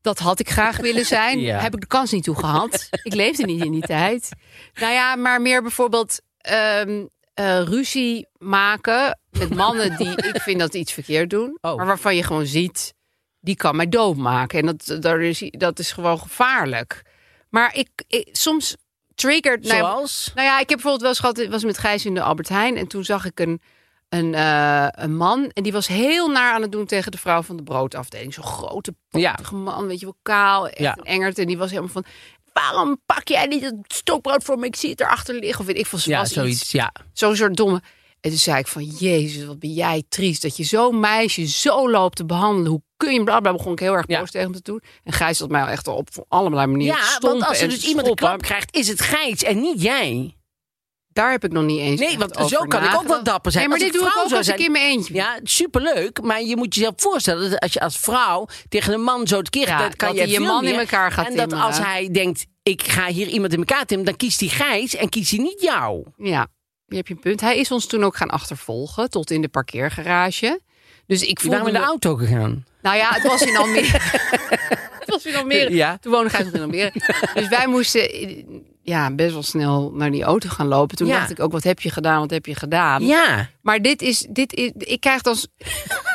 Speaker 4: Dat had ik graag willen zijn.
Speaker 2: Ja.
Speaker 4: Heb ik de kans niet toe gehad. ik leefde niet in die tijd. Nou ja, maar meer bijvoorbeeld ehm, eh, ruzie maken met mannen die ik vind dat iets verkeerd doen,
Speaker 2: Oh.
Speaker 4: maar waarvan je gewoon ziet. die kan mij doodmaken. En dat, daar is, dat is gewoon gevaarlijk. Maar ik, ik- soms triggert... nou ja,
Speaker 2: Zoals?
Speaker 4: nou ja, ik heb bijvoorbeeld wel eens gehad... Ik was met Gijs in de Albert Heijn en toen zag ik een, een, eh, een man... en die was heel naar aan het doen tegen de vrouw van de broodafdeling. Zo'n grote,
Speaker 2: Ja.
Speaker 4: potige man, weet je wel, kaal, echt
Speaker 2: Ja.
Speaker 4: een engert. En die was helemaal van... Waarom pak jij niet het stokbrood voor me? Ik zie het erachter liggen. Of weet ik veel, ze
Speaker 2: Ja,
Speaker 4: was iets-
Speaker 2: zoiets. Ja.
Speaker 4: Zo'n soort domme. En toen zei ik van, jezus, wat ben jij triest. Dat je zo'n meisje zo loopt te behandelen. Hoe kun je, blablabla, begon ik heel erg boos
Speaker 2: Ja.
Speaker 4: tegen hem te doen. En Gijs zat mij al echt op voor allerlei manieren te
Speaker 2: Ja,
Speaker 4: stompen
Speaker 2: want als er
Speaker 4: en
Speaker 2: dus
Speaker 4: te
Speaker 2: iemand een
Speaker 4: schoppen.
Speaker 2: klap krijgt, is het Gijs en niet jij.
Speaker 4: Daar heb ik nog niet eens
Speaker 2: Nee,
Speaker 4: echt
Speaker 2: want
Speaker 4: over
Speaker 2: zo kan ik ook wel
Speaker 4: nagedacht.
Speaker 2: dapper zijn.
Speaker 4: Nee, maar
Speaker 2: Als
Speaker 4: dit
Speaker 2: ik
Speaker 4: doe ik
Speaker 2: vrouw
Speaker 4: ook
Speaker 2: zou
Speaker 4: als ik
Speaker 2: zijn-
Speaker 4: in mijn eentje ben.
Speaker 2: Ja, superleuk. Maar je moet jezelf voorstellen dat als je als vrouw tegen een man zo tekeer gaat,
Speaker 4: Ja,
Speaker 2: dat kan
Speaker 4: dat
Speaker 2: jij
Speaker 4: hij je
Speaker 2: veel
Speaker 4: man in
Speaker 2: meer.
Speaker 4: elkaar gaat
Speaker 2: En dat
Speaker 4: timmeren.
Speaker 2: als hij denkt, ik ga hier iemand in elkaar timmen, dan kiest hij Gijs en kiest hij niet jou.
Speaker 4: Ja, je hebt je punt. Hij is ons toen ook gaan achtervolgen, tot in de parkeergarage. Dus ik
Speaker 2: Je
Speaker 4: voelde
Speaker 2: waren met de
Speaker 4: me-
Speaker 2: auto gegaan.
Speaker 4: Nou ja, het was in Almere. het was in Almere.
Speaker 2: Ja.
Speaker 4: Toen woonde Gijs nog in Almere. Dus wij moesten eh, ja, best wel snel naar die auto gaan lopen. Toen
Speaker 2: Ja.
Speaker 4: dacht ik ook, wat heb je gedaan, wat heb je gedaan?
Speaker 2: Ja.
Speaker 4: Maar dit is, dit is, ik krijg dan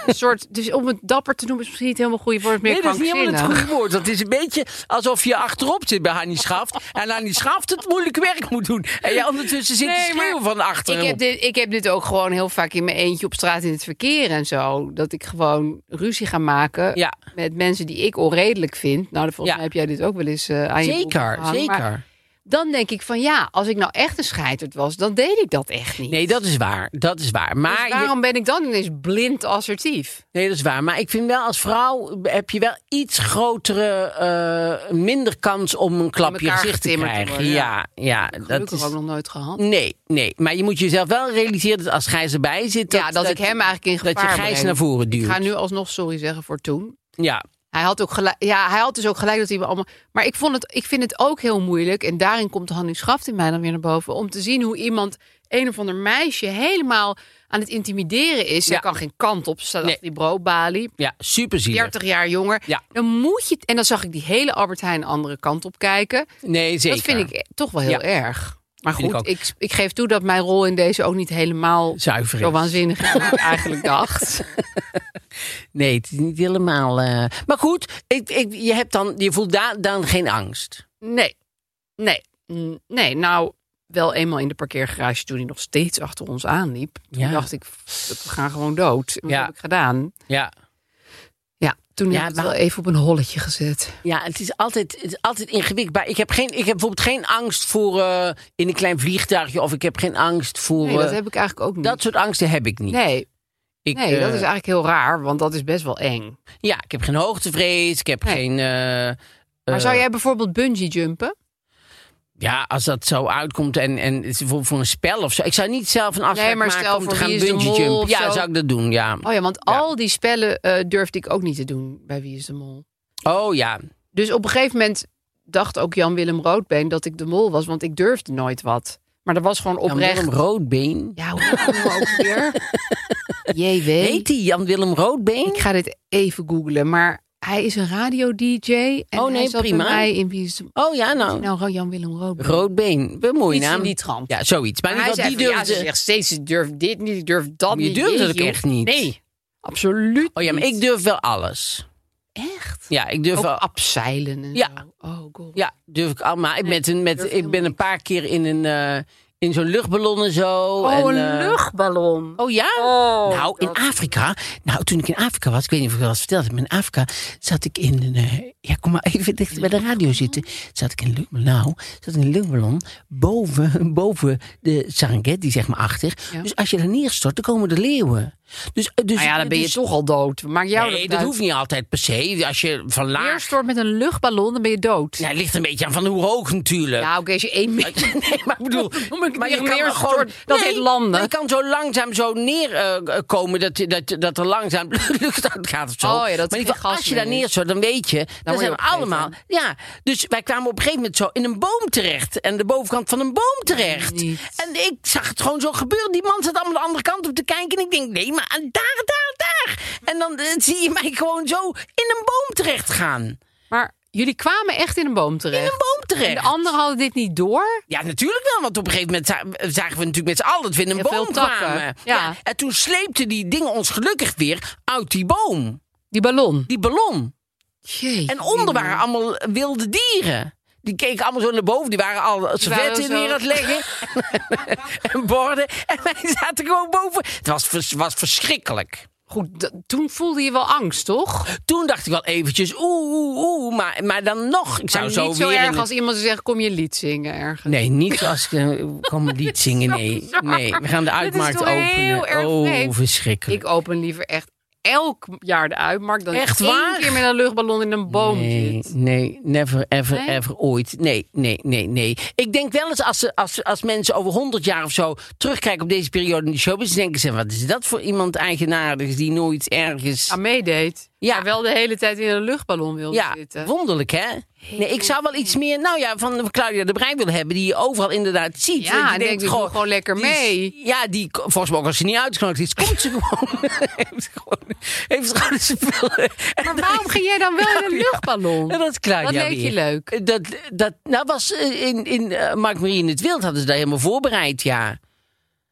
Speaker 4: een soort, dus om het dapper te noemen is misschien niet helemaal goed woord, meer
Speaker 2: Nee, dat is niet helemaal het
Speaker 4: krankzinnig.
Speaker 2: goede woord. Dat is een beetje alsof je achterop zit bij Hannie Schaft. En Hannie Schaft het moeilijk werk moet doen. En jij ondertussen zit te
Speaker 4: Nee, maar
Speaker 2: schreeuwen van achteren.
Speaker 4: Ik heb, dit, ik heb dit ook gewoon heel vaak in mijn eentje op straat in het verkeer en zo. Dat ik gewoon ruzie ga maken
Speaker 2: Ja.
Speaker 4: met mensen die ik onredelijk vind. Nou, volgens
Speaker 2: Ja.
Speaker 4: mij heb jij dit ook wel eens eh, aan je broek
Speaker 2: Zeker,
Speaker 4: gehangen. Maar
Speaker 2: zeker.
Speaker 4: dan denk ik van ja, als ik nou echt een scheiterd was, dan deed ik dat echt niet.
Speaker 2: Nee, dat is waar. Dat is waar.
Speaker 4: Dus
Speaker 2: Maar je-
Speaker 4: waarom ben ik dan ineens blind assertief?
Speaker 2: Nee, dat is waar. Maar ik vind wel als vrouw heb je wel iets grotere, eh, minder kans om een klap in je
Speaker 4: elkaar
Speaker 2: gezicht te
Speaker 4: getimmerd te
Speaker 2: krijgen.
Speaker 4: worden,
Speaker 2: ja,
Speaker 4: ja.
Speaker 2: ja, dat
Speaker 4: Gelukkig
Speaker 2: is.
Speaker 4: ook nog nooit gehad.
Speaker 2: Nee, nee. Maar je moet jezelf wel realiseren dat als Gijs erbij zit,
Speaker 4: ja, dat, ik hem eigenlijk in gevaar
Speaker 2: dat je Gijs
Speaker 4: breng.
Speaker 2: naar voren duwt.
Speaker 4: Ik ga nu alsnog sorry zeggen voor toen.
Speaker 2: Ja,
Speaker 4: Hij had, ook gelijk, ja, hij had dus ook gelijk dat hij me allemaal... Maar ik, vond het, ik vind het ook heel moeilijk... en daarin komt Hannu Schaft in mij dan weer naar boven... om te zien hoe iemand een of ander meisje helemaal aan het intimideren is.
Speaker 2: Ja.
Speaker 4: Hij kan geen kant op, ze staat
Speaker 2: Nee.
Speaker 4: achter die broodbalie.
Speaker 2: ja, super zielig.
Speaker 4: 30 jaar jonger.
Speaker 2: Ja.
Speaker 4: Dan moet je... En dan zag ik die hele Albert Heijn de andere kant op kijken.
Speaker 2: Nee, zeker.
Speaker 4: Dat vind ik eh, toch wel heel
Speaker 2: Ja.
Speaker 4: erg. Maar
Speaker 2: Vind ik
Speaker 4: goed,
Speaker 2: ook.
Speaker 4: ik, ik, geef toe dat mijn rol in deze ook niet helemaal
Speaker 2: zuiver.
Speaker 4: zo
Speaker 2: is.
Speaker 4: waanzinnig is als ik eigenlijk dacht.
Speaker 2: Nee, het is niet helemaal. eh, Maar goed, ik, ik, je, hebt dan, je voelt daar dan geen angst.
Speaker 4: Nee, nee, Mm, nee. Nou, wel eenmaal in de parkeergarage toen hij nog steeds achter ons aanliep. Toen
Speaker 2: Ja.
Speaker 4: dacht ik, "F- we gaan gewoon dood. Wat
Speaker 2: Ja.
Speaker 4: heb ik gedaan?
Speaker 2: Ja.
Speaker 4: Ja, toen
Speaker 2: Ja,
Speaker 4: heb ik het
Speaker 2: maar-
Speaker 4: wel even op een holletje gezet.
Speaker 2: Ja, het is altijd, het is altijd ingewikkeld. Maar ik heb, geen, ik heb bijvoorbeeld geen angst voor eh, in een klein vliegtuigje. Of ik heb geen angst voor.
Speaker 4: Nee, dat
Speaker 2: eh,
Speaker 4: heb ik eigenlijk ook niet.
Speaker 2: dat soort angsten heb ik niet.
Speaker 4: nee,
Speaker 2: ik,
Speaker 4: nee dat
Speaker 2: eh,
Speaker 4: is eigenlijk heel raar, want dat is best wel eng.
Speaker 2: Ja, ik heb geen hoogtevrees. Ik heb
Speaker 4: Nee.
Speaker 2: geen. eh,
Speaker 4: Maar
Speaker 2: eh,
Speaker 4: zou jij bijvoorbeeld bungee jumpen?
Speaker 2: Ja, als dat zo uitkomt en, en het is bijvoorbeeld voor een spel of zo. Ik zou niet zelf een afspraak
Speaker 4: maar
Speaker 2: maken
Speaker 4: stel
Speaker 2: om
Speaker 4: voor
Speaker 2: te gaan
Speaker 4: Wie is de
Speaker 2: bungee
Speaker 4: Mol
Speaker 2: jumpen.
Speaker 4: of
Speaker 2: Ja,
Speaker 4: zo.
Speaker 2: zou ik dat doen, ja.
Speaker 4: Oh ja, want
Speaker 2: Ja.
Speaker 4: al die spellen eh, durfde ik ook niet te doen bij Wie is de Mol.
Speaker 2: Oh ja.
Speaker 4: Dus op een gegeven moment dacht ook Jan-Willem Roodbeen dat ik de mol was, want ik durfde nooit wat. Maar dat was gewoon oprecht.
Speaker 2: Jan-Willem Roodbeen.
Speaker 4: Ja, hoe heet die nou ook weer? JW.
Speaker 2: Heet die Jan-Willem Roodbeen?
Speaker 4: Ik ga dit even googlen, maar hij is een radio-dj. En
Speaker 2: Oh, nee,
Speaker 4: hij zat
Speaker 2: prima.
Speaker 4: bij mij in Wie is de-
Speaker 2: Oh ja, nou.
Speaker 4: Nou, Jan-Willem Roodbeen.
Speaker 2: Roodbeen. Wat een mooie
Speaker 4: Iets in
Speaker 2: naam.
Speaker 4: die trant.
Speaker 2: Ja, zoiets. Maar,
Speaker 4: Maar
Speaker 2: in
Speaker 4: hij
Speaker 2: ieder
Speaker 4: zei
Speaker 2: geval,
Speaker 4: van,
Speaker 2: die
Speaker 4: ja, ze
Speaker 2: durfde...
Speaker 4: zegt steeds, ik durf dit niet, ik durf dat
Speaker 2: Maar je
Speaker 4: niet.
Speaker 2: durfde dat
Speaker 4: Jeetje,
Speaker 2: ook echt niet.
Speaker 4: Nee, absoluut
Speaker 2: Oh ja, maar ik
Speaker 4: niet.
Speaker 2: durf wel alles.
Speaker 4: Echt?
Speaker 2: Ja, ik durf
Speaker 4: Ook
Speaker 2: wel.
Speaker 4: abseilen en
Speaker 2: Ja.
Speaker 4: zo. Oh, god.
Speaker 2: Ja, durf ik allemaal. Ik, met een, met,
Speaker 4: durf
Speaker 2: ik ben
Speaker 4: helemaal
Speaker 2: een paar keer in, een, eh, in zo'n luchtballon en zo.
Speaker 4: Oh,
Speaker 2: en,
Speaker 4: een
Speaker 2: eh,
Speaker 4: luchtballon.
Speaker 2: Oh ja?
Speaker 4: Oh,
Speaker 2: nou, in
Speaker 4: dat-
Speaker 2: Afrika. Nou, toen ik in Afrika was, ik weet niet of ik dat al eens verteld heb, maar in Afrika zat ik in een. eh, ja, kom maar even dicht bij de radio zitten. Zat ik in een luchtballon. Nou, zat in een luchtballon boven, boven de Serengeti, zeg maar, achter.
Speaker 4: Ja.
Speaker 2: Dus als je daar neerstort, dan komen de leeuwen. Dus, eh, dus
Speaker 4: Nou ja, dan
Speaker 2: het
Speaker 4: ben je
Speaker 2: is-
Speaker 4: toch al dood. Maak jou
Speaker 2: Nee, dat hoeft niet altijd per se. Als je van laag
Speaker 4: Eerst met een luchtballon, dan ben je dood.
Speaker 2: Ja, het ligt een beetje aan van hoe hoog natuurlijk.
Speaker 4: Ja, oké, als je één meter...
Speaker 2: Eh, Nee, maar ik bedoel,
Speaker 4: Noem ik het
Speaker 2: maar
Speaker 4: hier
Speaker 2: je kan
Speaker 4: meer
Speaker 2: wel gewoon,
Speaker 4: stort? Dat heet landen.
Speaker 2: Je kan zo langzaam zo neerkomen dat, je- dat, dat er langzaam lucht uit gaat of zo.
Speaker 4: Oh ja, dat
Speaker 2: maar in
Speaker 4: geen
Speaker 2: ieder geval,
Speaker 4: gas
Speaker 2: als je
Speaker 4: meer
Speaker 2: daar
Speaker 4: is.
Speaker 2: neerstort, dan weet je, dan,
Speaker 4: word je
Speaker 2: zijn we
Speaker 4: opgegeten.
Speaker 2: allemaal. Ja, dus wij kwamen op een gegeven moment zo in een boom terecht. En de bovenkant van een boom terecht.
Speaker 4: Niet.
Speaker 2: En ik zag het gewoon zo gebeuren. Die man zat allemaal de andere kant op te kijken. En ik denk, nee, maar daar, daar, daar. En dan eh, zie je mij gewoon zo in een boom terecht gaan.
Speaker 4: Maar jullie kwamen echt in een boom
Speaker 2: In
Speaker 4: terecht.
Speaker 2: een boom terecht.
Speaker 4: En de anderen hadden dit niet door?
Speaker 2: Ja, natuurlijk wel, want op een gegeven moment za- eh, zagen we natuurlijk met z'n allen dat we in een
Speaker 4: Ja,
Speaker 2: boom
Speaker 4: veel takken.
Speaker 2: kwamen.
Speaker 4: Ja.
Speaker 2: En toen sleepte die dingen ons gelukkig weer uit die boom.
Speaker 4: Die ballon.
Speaker 2: Die ballon.
Speaker 4: Jee.
Speaker 2: En onder waren allemaal wilde dieren. Die keken allemaal zo naar boven. Die waren al servetten
Speaker 4: waren zo-
Speaker 2: neer aan het leggen. en borden. En wij zaten gewoon boven. Het was, vers- was verschrikkelijk.
Speaker 4: Goed, d- toen voelde je wel angst, toch?
Speaker 2: Toen dacht ik wel eventjes, oeh, oeh, oeh. Maar, maar dan nog, ik zou
Speaker 4: Maar
Speaker 2: zo
Speaker 4: niet zo
Speaker 2: weer... in
Speaker 4: erg
Speaker 2: het-
Speaker 4: als iemand zegt, kom je een lied zingen ergens.
Speaker 2: Nee, niet als ik eh, kom een lied zingen, nee. Nee, we gaan de uitmarkt
Speaker 4: toch
Speaker 2: openen.
Speaker 4: heel erg
Speaker 2: oh,
Speaker 4: vreemd?
Speaker 2: verschrikkelijk.
Speaker 4: Ik open liever echt elk jaar de uitmarkt dan
Speaker 2: Echt
Speaker 4: één
Speaker 2: waar?
Speaker 4: keer met een luchtballon in een boom
Speaker 2: Nee,
Speaker 4: zit.
Speaker 2: nee, never, ever,
Speaker 4: Nee?
Speaker 2: ever ooit. Nee, nee, nee, nee. Ik denk wel eens als, ze- als, als mensen over 100 jaar of zo terugkijken op deze periode in de showbiz, denken ze: wat is dat voor iemand eigenaardigs die nooit ergens.
Speaker 4: Aan meedeed.
Speaker 2: Ja.
Speaker 4: Ja. wel de hele tijd in een luchtballon wilde
Speaker 2: Ja,
Speaker 4: zitten.
Speaker 2: wonderlijk hè? Nee, ik zou wel iets meer, nou ja, van Claudia de Breij willen hebben, die je overal inderdaad ziet.
Speaker 4: Ja,
Speaker 2: Dat je
Speaker 4: en denkt, ik doe gewoon lekker
Speaker 2: die is-
Speaker 4: mee.
Speaker 2: ja, die, volgens mij ook als ze niet uitgenodigd is, komt ze gewoon. heeft gewoon, heeft gewoon zoveel.
Speaker 4: Maar waarom ging jij dan wel in een luchtballon?
Speaker 2: Ja, dat is Claudia
Speaker 4: Wat leek je
Speaker 2: weer.
Speaker 4: leuk?
Speaker 2: Dat, dat, nou was eh, in, in eh, Mark Marie in het Wild hadden ze daar helemaal voorbereid, ja.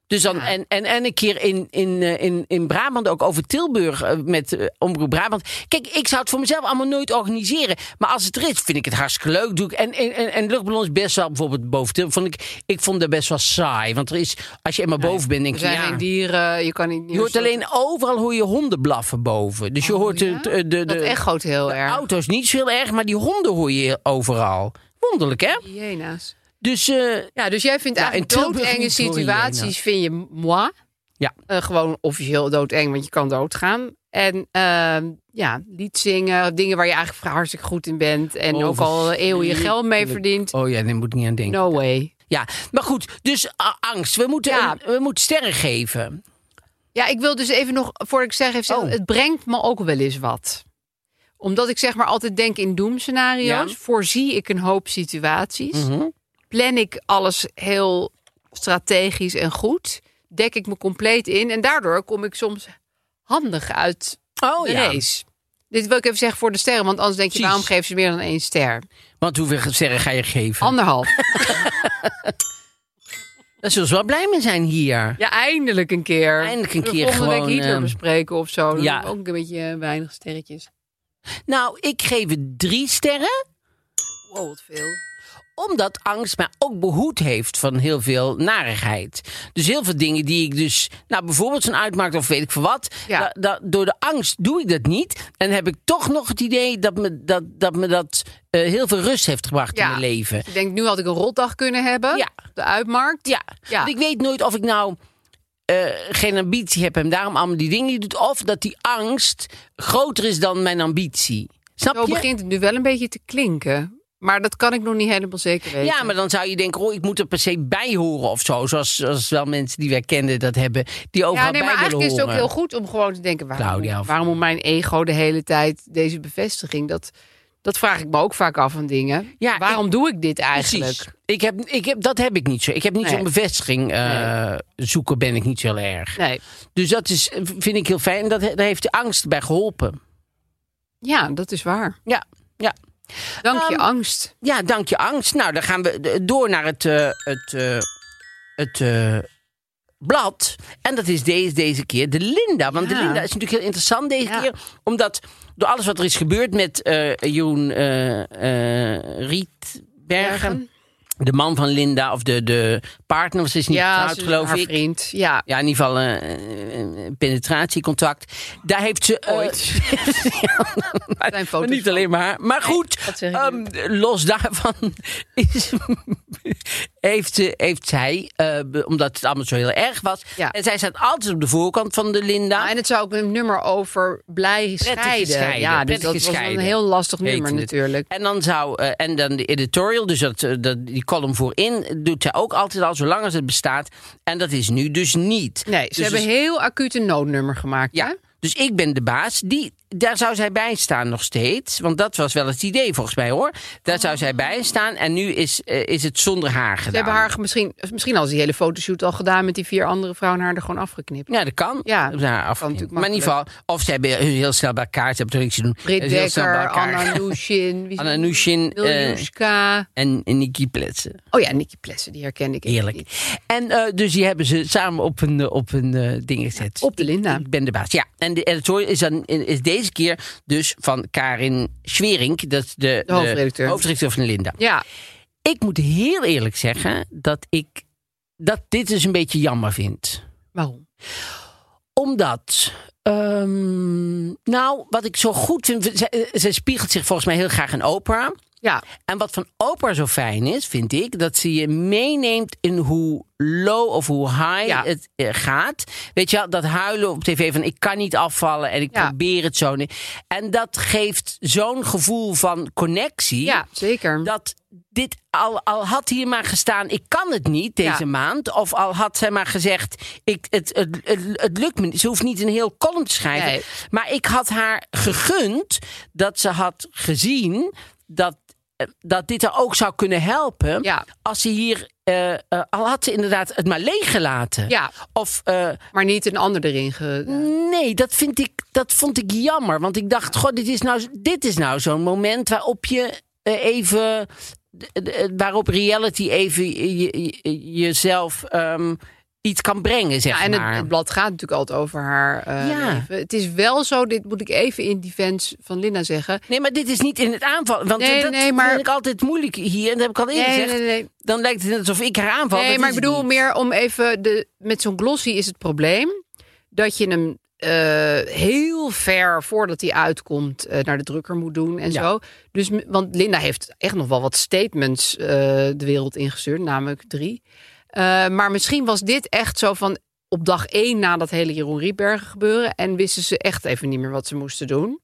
Speaker 2: Dus dan, en, en, en een keer in, in, eh, in, in Brabant, ook over Tilburg, eh, met eh, Omroep Brabant. Kijk, ik zou het voor mezelf allemaal nooit organiseren. Maar als het er is, vind ik het hartstikke leuk. Doe ik, en, en, en, en luchtballons best wel, bijvoorbeeld boven Tilburg, vond ik, ik vond dat best wel saai. Want er is, als je eenmaal boven bent, denk
Speaker 4: Er
Speaker 2: je,
Speaker 4: zijn
Speaker 2: ja.
Speaker 4: geen dieren, je kan niet...
Speaker 2: Je hoort alleen overal hoe je honden blaffen boven. Dus je hoort de, de, de,
Speaker 4: Oh, Dat
Speaker 2: de-
Speaker 4: echoot heel
Speaker 2: de
Speaker 4: erg.
Speaker 2: auto's niet zo heel erg, maar die honden hoor je overal. Wonderlijk, hè?
Speaker 4: Hyena's.
Speaker 2: Dus eh,
Speaker 4: Ja, dus jij vindt
Speaker 2: Ja,
Speaker 4: eigenlijk
Speaker 2: in Tilburg
Speaker 4: doodenge
Speaker 2: niet, sorry,
Speaker 4: situaties vind je moi.
Speaker 2: Ja.
Speaker 4: Eh, gewoon officieel doodeng, want je kan doodgaan. En ehm, ja, lied zingen, dingen waar je eigenlijk hartstikke goed in bent. En
Speaker 2: Oh,
Speaker 4: ook al eeuwen je geld mee
Speaker 2: verschrikkelijk.
Speaker 4: verdient.
Speaker 2: oh ja, daar moet ik niet aan denken.
Speaker 4: No way.
Speaker 2: Ja, maar goed, dus a- angst. We moeten,
Speaker 4: Ja.
Speaker 2: een- we moeten sterren geven.
Speaker 4: Ja, ik wil dus even nog, voordat ik zeg, even zeggen,
Speaker 2: Oh.
Speaker 4: het brengt me ook wel eens wat. Omdat ik zeg maar altijd denk in doemscenario's.
Speaker 2: Ja.
Speaker 4: Voorzie ik een hoop situaties.
Speaker 2: Mhm.
Speaker 4: plan ik alles heel strategisch en goed. Dek ik me compleet in. En daardoor kom ik soms handig uit
Speaker 2: Oh
Speaker 4: de
Speaker 2: ja,
Speaker 4: race. Dit wil ik even zeggen voor de sterren. Want anders denk je,
Speaker 2: Precies.
Speaker 4: waarom geven ze meer dan één ster?
Speaker 2: want hoeveel sterren ga je geven?
Speaker 4: Anderhalf.
Speaker 2: Daar zullen ze wel blij mee zijn hier.
Speaker 4: ja, eindelijk een keer.
Speaker 2: Eindelijk een
Speaker 4: De
Speaker 2: keer
Speaker 4: Volgende
Speaker 2: gewoon,
Speaker 4: week Hitler
Speaker 2: ehm,
Speaker 4: bespreken of zo. Dan
Speaker 2: ja.
Speaker 4: ja. Ook een beetje eh, weinig sterretjes.
Speaker 2: Nou, ik geef het drie sterren,
Speaker 4: Wow, wat veel.
Speaker 2: omdat angst mij ook behoed heeft van heel veel narigheid. Dus heel veel dingen die ik dus, nou bijvoorbeeld zo'n uitmaakt of weet ik veel wat.
Speaker 4: Ja.
Speaker 2: da- da- door de angst doe ik dat niet. En heb ik toch nog het idee dat me dat, dat, me dat eh, heel veel rust heeft gebracht in
Speaker 4: Ja.
Speaker 2: mijn leven.
Speaker 4: Je denkt, nu had ik een rotdag kunnen hebben.
Speaker 2: Ja.
Speaker 4: De uitmarkt.
Speaker 2: Ja,
Speaker 4: Ja.
Speaker 2: want ik weet nooit of ik nou eh, geen ambitie heb en daarom allemaal die dingen doet. Of dat die angst groter is dan mijn ambitie. Snap
Speaker 4: Zo
Speaker 2: je?
Speaker 4: begint het nu wel een beetje te klinken. Maar dat kan ik nog niet helemaal zeker weten.
Speaker 2: Ja, maar dan zou je denken, oh, ik moet er per se bij horen of zo. Zoals, zoals wel mensen die wij kenden dat hebben, die overal
Speaker 4: Ja, nee, maar
Speaker 2: bij willen
Speaker 4: eigenlijk is het ook
Speaker 2: horen.
Speaker 4: heel goed om gewoon te denken... waarom,
Speaker 2: Claudia of-
Speaker 4: waarom moet mijn ego de hele tijd deze bevestiging? Dat, dat vraag ik me ook vaak af van dingen.
Speaker 2: Ja,
Speaker 4: waarom doe ik dit
Speaker 2: Precies.
Speaker 4: eigenlijk?
Speaker 2: Ik heb, ik heb, dat heb ik niet zo. Ik heb niet
Speaker 4: Nee.
Speaker 2: zo'n bevestiging eh, zoeken, ben ik niet zo heel erg.
Speaker 4: Nee.
Speaker 2: Dus dat is, eh, vind ik heel fijn. En dat, daar heeft de angst bij geholpen.
Speaker 4: Ja, dat is waar.
Speaker 2: Ja, ja.
Speaker 4: Dank je
Speaker 2: Ehm,
Speaker 4: angst.
Speaker 2: Ja, dank je angst. Nou, dan gaan we eh, door naar het, eh, het, eh, het eh, blad. En dat is deze, deze keer de Linda. Want de
Speaker 4: Ja.
Speaker 2: Linda is natuurlijk heel interessant deze
Speaker 4: Ja.
Speaker 2: keer. Omdat door alles wat er is gebeurd met eh Jeroen eh, eh, Rietbergen...
Speaker 4: Bergen.
Speaker 2: De man van Linda, of de, de partner, want ze is niet
Speaker 4: Ja,
Speaker 2: getrouwd,
Speaker 4: ze-
Speaker 2: geloof
Speaker 4: haar
Speaker 2: ik.
Speaker 4: vriend. Ja.
Speaker 2: Ja, in ieder geval eh, eh, eh, penetratiecontact. Daar heeft ze... eh,
Speaker 4: Ooit.
Speaker 2: maar-
Speaker 4: Zijn foto's
Speaker 2: maar niet
Speaker 4: van.
Speaker 2: alleen maar. haar. Maar goed,
Speaker 4: dat zeg ik
Speaker 2: ehm, los daarvan is, heeft, ze- heeft zij, eh, be- omdat het allemaal zo heel erg was...
Speaker 4: Ja.
Speaker 2: En zij staat altijd op de voorkant van de Linda.
Speaker 4: Ah, en het zou ook een nummer over blij scheiden.
Speaker 2: scheiden,
Speaker 4: Ja, dus
Speaker 2: prettig
Speaker 4: dat was wel een
Speaker 2: scheiden.
Speaker 4: heel lastig
Speaker 2: Heet
Speaker 4: nummer
Speaker 2: het.
Speaker 4: natuurlijk.
Speaker 2: En dan zou eh, en dan de editorial, dus dat, eh, dat, die column voorin, doet zij ook altijd al, zolang als het bestaat. En dat is nu dus niet.
Speaker 4: Nee, ze
Speaker 2: Dus
Speaker 4: hebben
Speaker 2: als-
Speaker 4: heel acuut een noodnummer gemaakt. hè?
Speaker 2: Ja, dus ik ben de baas. Die, daar zou zij bij staan nog steeds. Want dat was wel het idee volgens mij hoor. Daar zou zij bij staan. En nu is, eh, is het zonder haar gedaan.
Speaker 4: Ze hebben haar misschien, misschien als die hele fotoshoot al gedaan met die vier andere vrouwen haar er gewoon afgeknipt.
Speaker 2: Ja, dat kan.
Speaker 4: Ja,
Speaker 2: Hebben ze haar afgeknipt.
Speaker 4: natuurlijk
Speaker 2: maar in ieder geval, of ze hebben hun heel snel bij elkaar. Ze hebben toch niks te doen.
Speaker 4: Britt
Speaker 2: Hebben ze heel snel bij
Speaker 4: Dekker,
Speaker 2: elkaar.
Speaker 4: Anna Nushin. wie is
Speaker 2: Anna
Speaker 4: het?
Speaker 2: Nushin, eh,
Speaker 4: Miljuska.
Speaker 2: En, en Nicky Pletsen.
Speaker 4: Oh ja, Nicky Plessen, die herkende ik. even
Speaker 2: Heerlijk.
Speaker 4: niet.
Speaker 2: En eh, dus die hebben ze samen op een, eh, op een eh, ding gezet.
Speaker 4: Op de Linda.
Speaker 2: Ik ben de baas. Ja, en de editorial is, dan, is deze deze keer dus van Karin Schwerink, dat is de,
Speaker 4: De hoofdredacteur.
Speaker 2: hoofdredacteur van Linda.
Speaker 4: Ja,
Speaker 2: Ik moet heel eerlijk zeggen dat ik dat dit dus een beetje jammer vind.
Speaker 4: waarom?
Speaker 2: Omdat, ehm, nou, wat ik zo goed vind, ze, ze spiegelt zich volgens mij heel graag in opera.
Speaker 4: Ja,
Speaker 2: En wat van Oprah zo fijn is, vind ik, dat ze je meeneemt in hoe low of hoe high
Speaker 4: Ja.
Speaker 2: het eh, gaat. Weet je wel, dat huilen op tv van ik kan niet afvallen en ik
Speaker 4: Ja.
Speaker 2: probeer het zo. niet. En dat geeft zo'n gevoel van connectie.
Speaker 4: ja zeker.
Speaker 2: Dat dit al, al had hier maar gestaan, ik kan het niet deze
Speaker 4: Ja.
Speaker 2: maand. Of al had zij maar gezegd, ik, het, het, het, het lukt me niet. Ze hoeft niet een heel column te schrijven.
Speaker 4: Nee.
Speaker 2: Maar ik had haar gegund dat ze had gezien dat, eh, dat dit haar ook zou kunnen helpen.
Speaker 4: Ja.
Speaker 2: Als ze hier, eh, eh, al had ze inderdaad het maar leeggelaten.
Speaker 4: Ja.
Speaker 2: Of eh,
Speaker 4: Maar niet een ander erin. Ge...
Speaker 2: Nee, dat, vind ik, dat vond ik jammer. Want ik dacht, god, dit is nou, dit is nou zo'n moment waarop je eh, even. d- d- waarop reality even je- je- je- jezelf ehm, iets kan brengen, zeg
Speaker 4: Ja, en het,
Speaker 2: maar.
Speaker 4: het blad gaat natuurlijk altijd over haar eh,
Speaker 2: Ja.
Speaker 4: leven. Het is wel zo, dit moet ik even in die fans van Linda zeggen.
Speaker 2: Nee, maar dit is niet in het aanval. Want
Speaker 4: Nee,
Speaker 2: dat
Speaker 4: nee, maar-
Speaker 2: vind ik altijd moeilijk hier. En dat heb ik al eerder
Speaker 4: Nee,
Speaker 2: gezegd.
Speaker 4: nee, nee.
Speaker 2: Dan lijkt het net alsof ik haar aanval.
Speaker 4: nee,
Speaker 2: Dat
Speaker 4: maar
Speaker 2: is
Speaker 4: ik
Speaker 2: het
Speaker 4: bedoel
Speaker 2: niet.
Speaker 4: meer om even... De, met zo'n glossy is het probleem dat je hem eh, heel ver voordat hij uitkomt eh, naar de drukker moet doen en zo. Dus, m- want Linda heeft echt nog wel wat statements eh, de wereld ingestuurd, namelijk drie. Eh, maar misschien was dit echt zo van op dag één na dat hele Jeroen Rietbergen gebeuren... en wisten ze echt even niet meer wat ze moesten doen.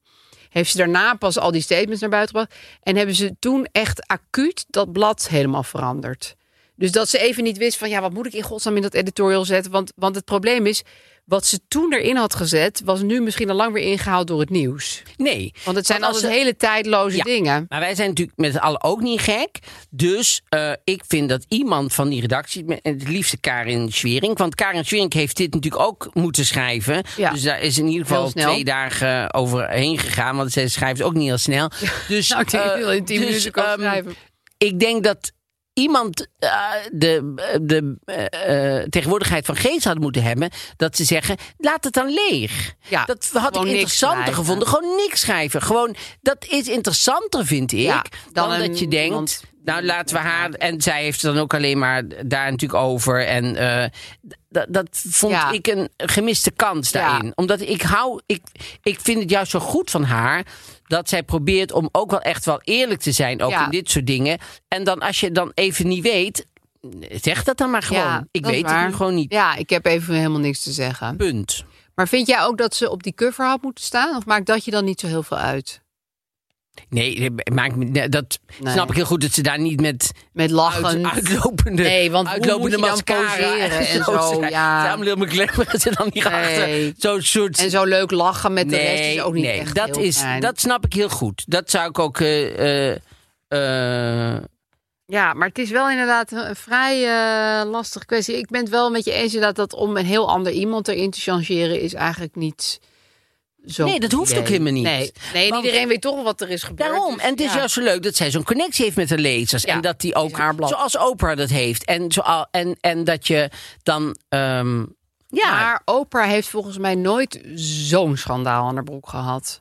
Speaker 4: Heeft ze daarna pas al die statements naar buiten gebracht. En hebben ze toen echt acuut dat blad helemaal veranderd. Dus dat ze even niet wist van ja, wat moet ik in godsnaam in dat editorial zetten? Want, want het probleem is, wat ze toen erin had gezet, was nu misschien al lang weer ingehaald door het nieuws.
Speaker 2: Nee.
Speaker 4: Want het zijn
Speaker 2: als
Speaker 4: altijd
Speaker 2: ze-
Speaker 4: hele tijdloze
Speaker 2: Ja.
Speaker 4: dingen.
Speaker 2: Maar wij zijn natuurlijk met z'n allen ook niet gek. Dus eh, ik vind dat iemand van die redactie, en het liefste Karin Schwering, want Karin Schwering heeft dit natuurlijk ook moeten schrijven.
Speaker 4: Ja.
Speaker 2: Dus daar is in ieder geval
Speaker 4: Heel snel.
Speaker 2: twee dagen overheen gegaan, want zij schrijft ook niet heel snel. Dus,
Speaker 4: Nou, ik denk dat
Speaker 2: eh,
Speaker 4: je wel in tien
Speaker 2: dus,
Speaker 4: minuten kan
Speaker 2: ehm,
Speaker 4: schrijven.
Speaker 2: Ik denk dat iemand eh, de, de eh, eh, tegenwoordigheid van geest had moeten hebben, dat ze zeggen, laat het dan leeg.
Speaker 4: Ja,
Speaker 2: dat had ik
Speaker 4: gewoon niks
Speaker 2: interessanter
Speaker 4: schrijven.
Speaker 2: gevonden. Gewoon niks schrijven. Gewoon, dat is interessanter, vind ik
Speaker 4: Ja,
Speaker 2: dan,
Speaker 4: dan
Speaker 2: dat je
Speaker 4: een-
Speaker 2: denkt.
Speaker 4: iemand-
Speaker 2: nou, laten we haar. En zij heeft het dan ook alleen maar daar natuurlijk over. En eh, d- dat- dat vond
Speaker 4: Ja.
Speaker 2: ik een gemiste kans
Speaker 4: Ja.
Speaker 2: daarin. Omdat ik hou. Ik, ik vind het juist zo goed van haar. Dat zij probeert om ook wel echt wel eerlijk te zijn. Ook
Speaker 4: Ja.
Speaker 2: in dit soort dingen. En dan als je dan even niet weet. Zeg dat dan maar gewoon.
Speaker 4: Ja,
Speaker 2: ik
Speaker 4: dat is
Speaker 2: weet het nu
Speaker 4: waar.
Speaker 2: gewoon niet.
Speaker 4: Ja, ik heb even helemaal niks te zeggen.
Speaker 2: Punt.
Speaker 4: Maar vind jij ook dat ze op die cover had moeten staan? Of maakt dat je dan niet zo heel veel uit?
Speaker 2: Nee, dat maakt me- nee, dat
Speaker 4: Nee.
Speaker 2: snap ik heel goed dat ze daar niet met
Speaker 4: Met lachen.
Speaker 2: uit, uitlopende,
Speaker 4: Nee, want hoe
Speaker 2: uitlopende
Speaker 4: moet je dan
Speaker 2: mascara
Speaker 4: poseren en
Speaker 2: Ze
Speaker 4: zo,
Speaker 2: zijn-
Speaker 4: ja.
Speaker 2: ze hebben helemaal klemmeren ze dan niet achter.
Speaker 4: Nee.
Speaker 2: Zo'n soort...
Speaker 4: En zo leuk lachen met de rest is ook niet
Speaker 2: nee,
Speaker 4: echt
Speaker 2: dat,
Speaker 4: heel
Speaker 2: is,
Speaker 4: fijn.
Speaker 2: dat snap ik heel goed. Dat zou ik ook... eh, eh, eh,
Speaker 4: Ja, maar het is wel inderdaad een een vrij eh, lastige kwestie. Ik ben het wel met je eens inderdaad dat om een heel ander iemand erin te changeren is eigenlijk niet zo.
Speaker 2: Nee, dat hoeft ook helemaal niet.
Speaker 4: Nee, nee en
Speaker 2: Want-
Speaker 4: iedereen weet toch wel wat er is gebeurd.
Speaker 2: Daarom.
Speaker 4: dus
Speaker 2: En het is
Speaker 4: ja.
Speaker 2: juist zo leuk dat zij zo'n connectie heeft met de lezers.
Speaker 4: Ja,
Speaker 2: en dat die
Speaker 4: het is
Speaker 2: ook,
Speaker 4: haar blad.
Speaker 2: zoals Oprah dat heeft. En, zo, en, en dat je dan... ehm, ja,
Speaker 4: Maar Oprah heeft volgens mij nooit zo'n schandaal aan haar broek gehad.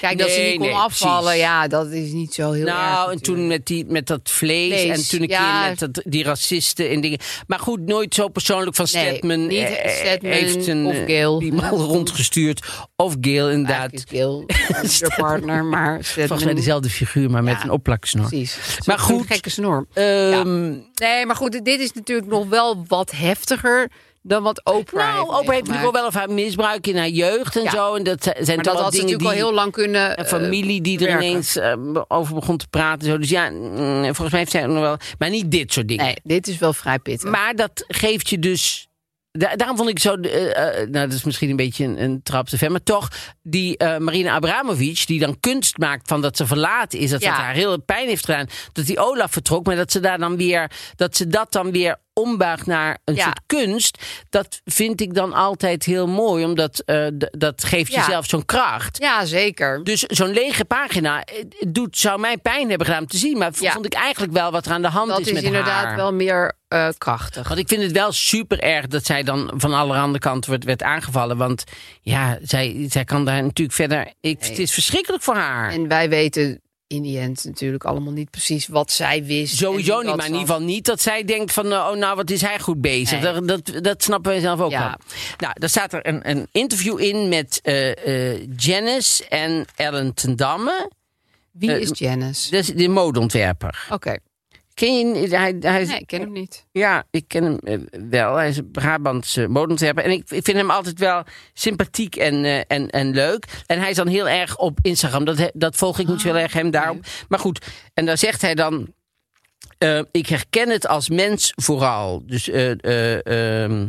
Speaker 4: Kijk, dat ze
Speaker 2: Nee,
Speaker 4: niet kon
Speaker 2: nee,
Speaker 4: afvallen,
Speaker 2: precies.
Speaker 4: ja, dat is niet zo heel erg.
Speaker 2: Nou, en
Speaker 4: natuurlijk.
Speaker 2: toen met, die, met dat vlees,
Speaker 4: Vlees,
Speaker 2: en toen een
Speaker 4: ja.
Speaker 2: keer met dat, die racisten en dingen. Maar goed, nooit zo persoonlijk van
Speaker 4: Nee,
Speaker 2: Stedman.
Speaker 4: niet
Speaker 2: eh, eh,
Speaker 4: Stedman
Speaker 2: heeft een
Speaker 4: of
Speaker 2: eh,
Speaker 4: Gail.
Speaker 2: iemand rondgestuurd. Of Gail, inderdaad.
Speaker 4: Eigenlijk is Gail haar partner, maar
Speaker 2: Volgens mij dezelfde figuur, maar met
Speaker 4: Ja,
Speaker 2: een opplaksnor.
Speaker 4: Precies.
Speaker 2: Maar
Speaker 4: Zo'n
Speaker 2: goed,
Speaker 4: gekke snor.
Speaker 2: Ehm,
Speaker 4: Nee, maar goed, dit is natuurlijk nog wel wat heftiger dan wat Oprah
Speaker 2: nou,
Speaker 4: heeft
Speaker 2: Oprah heeft natuurlijk ook
Speaker 4: meegemaakt.
Speaker 2: wel of haar misbruik in haar jeugd en
Speaker 4: Ja.
Speaker 2: zo. En dat zijn
Speaker 4: Maar
Speaker 2: toch
Speaker 4: dat
Speaker 2: wel
Speaker 4: had ze
Speaker 2: dingen die...
Speaker 4: natuurlijk al heel lang kunnen...
Speaker 2: Een
Speaker 4: eh,
Speaker 2: familie die er
Speaker 4: werken.
Speaker 2: ineens eh, over begon te praten. en Zo. Dus ja, mm, volgens mij heeft zij ook nog wel... Maar niet dit soort dingen.
Speaker 4: eh, nee, dit is wel vrij pittig.
Speaker 2: Maar dat geeft je dus. da- daarom vond ik zo. eh, eh, nou, dat is misschien een beetje een, een trap te ver. Maar toch, die eh, Marina Abramovic, die dan kunst maakt van dat ze verlaten is. Dat
Speaker 4: Ja.
Speaker 2: dat haar heel pijn heeft gedaan. Dat die Olaf vertrok. Maar dat ze daar dan weer. Dat ze dat dan weer ombuigt naar een
Speaker 4: Ja.
Speaker 2: soort kunst, dat vind ik dan altijd heel mooi, omdat eh, d- dat geeft
Speaker 4: Ja.
Speaker 2: jezelf zo'n kracht.
Speaker 4: Ja, zeker.
Speaker 2: Dus zo'n lege pagina eh, het doet, zou mij pijn hebben gedaan om te zien. Maar v-
Speaker 4: Ja.
Speaker 2: vond ik eigenlijk wel wat er aan de hand
Speaker 4: Dat
Speaker 2: is,
Speaker 4: is,
Speaker 2: met
Speaker 4: inderdaad
Speaker 2: haar.
Speaker 4: wel meer eh, krachtig.
Speaker 2: Want ik vind het wel super erg dat zij dan van allerhande kanten werd, werd aangevallen. Want ja, zij, zij kan daar natuurlijk verder... Ik, Het is verschrikkelijk voor haar.
Speaker 4: En wij weten in die end natuurlijk allemaal niet precies wat zij wist. en
Speaker 2: Sowieso
Speaker 4: wie wat
Speaker 2: niet, maar in
Speaker 4: van-
Speaker 2: ieder geval niet dat zij denkt van... eh, oh, nou, wat is hij goed bezig.
Speaker 4: Nee.
Speaker 2: Dat, dat, dat snappen wij zelf ook
Speaker 4: Ja.
Speaker 2: wel. Nou, daar staat er een, een interview in met eh, eh, Janice en Ellen ten Damme.
Speaker 4: Wie
Speaker 2: eh,
Speaker 4: is Janice?
Speaker 2: Dat is de modeontwerper.
Speaker 4: Oké,
Speaker 2: Ken je... Hij, hij is,
Speaker 4: nee, ik ken hem niet.
Speaker 2: Ja, ik ken hem eh, wel. Hij is een Brabantse modeontwerper. En ik, ik vind hem altijd wel sympathiek en, eh, en, en leuk. En hij is dan heel erg op Instagram. Dat, he- dat volg ik niet zo heel erg hem daarop. Maar goed, en daar zegt hij dan... eh, ik herken het als mens vooral. Dus... eh eh, ehm,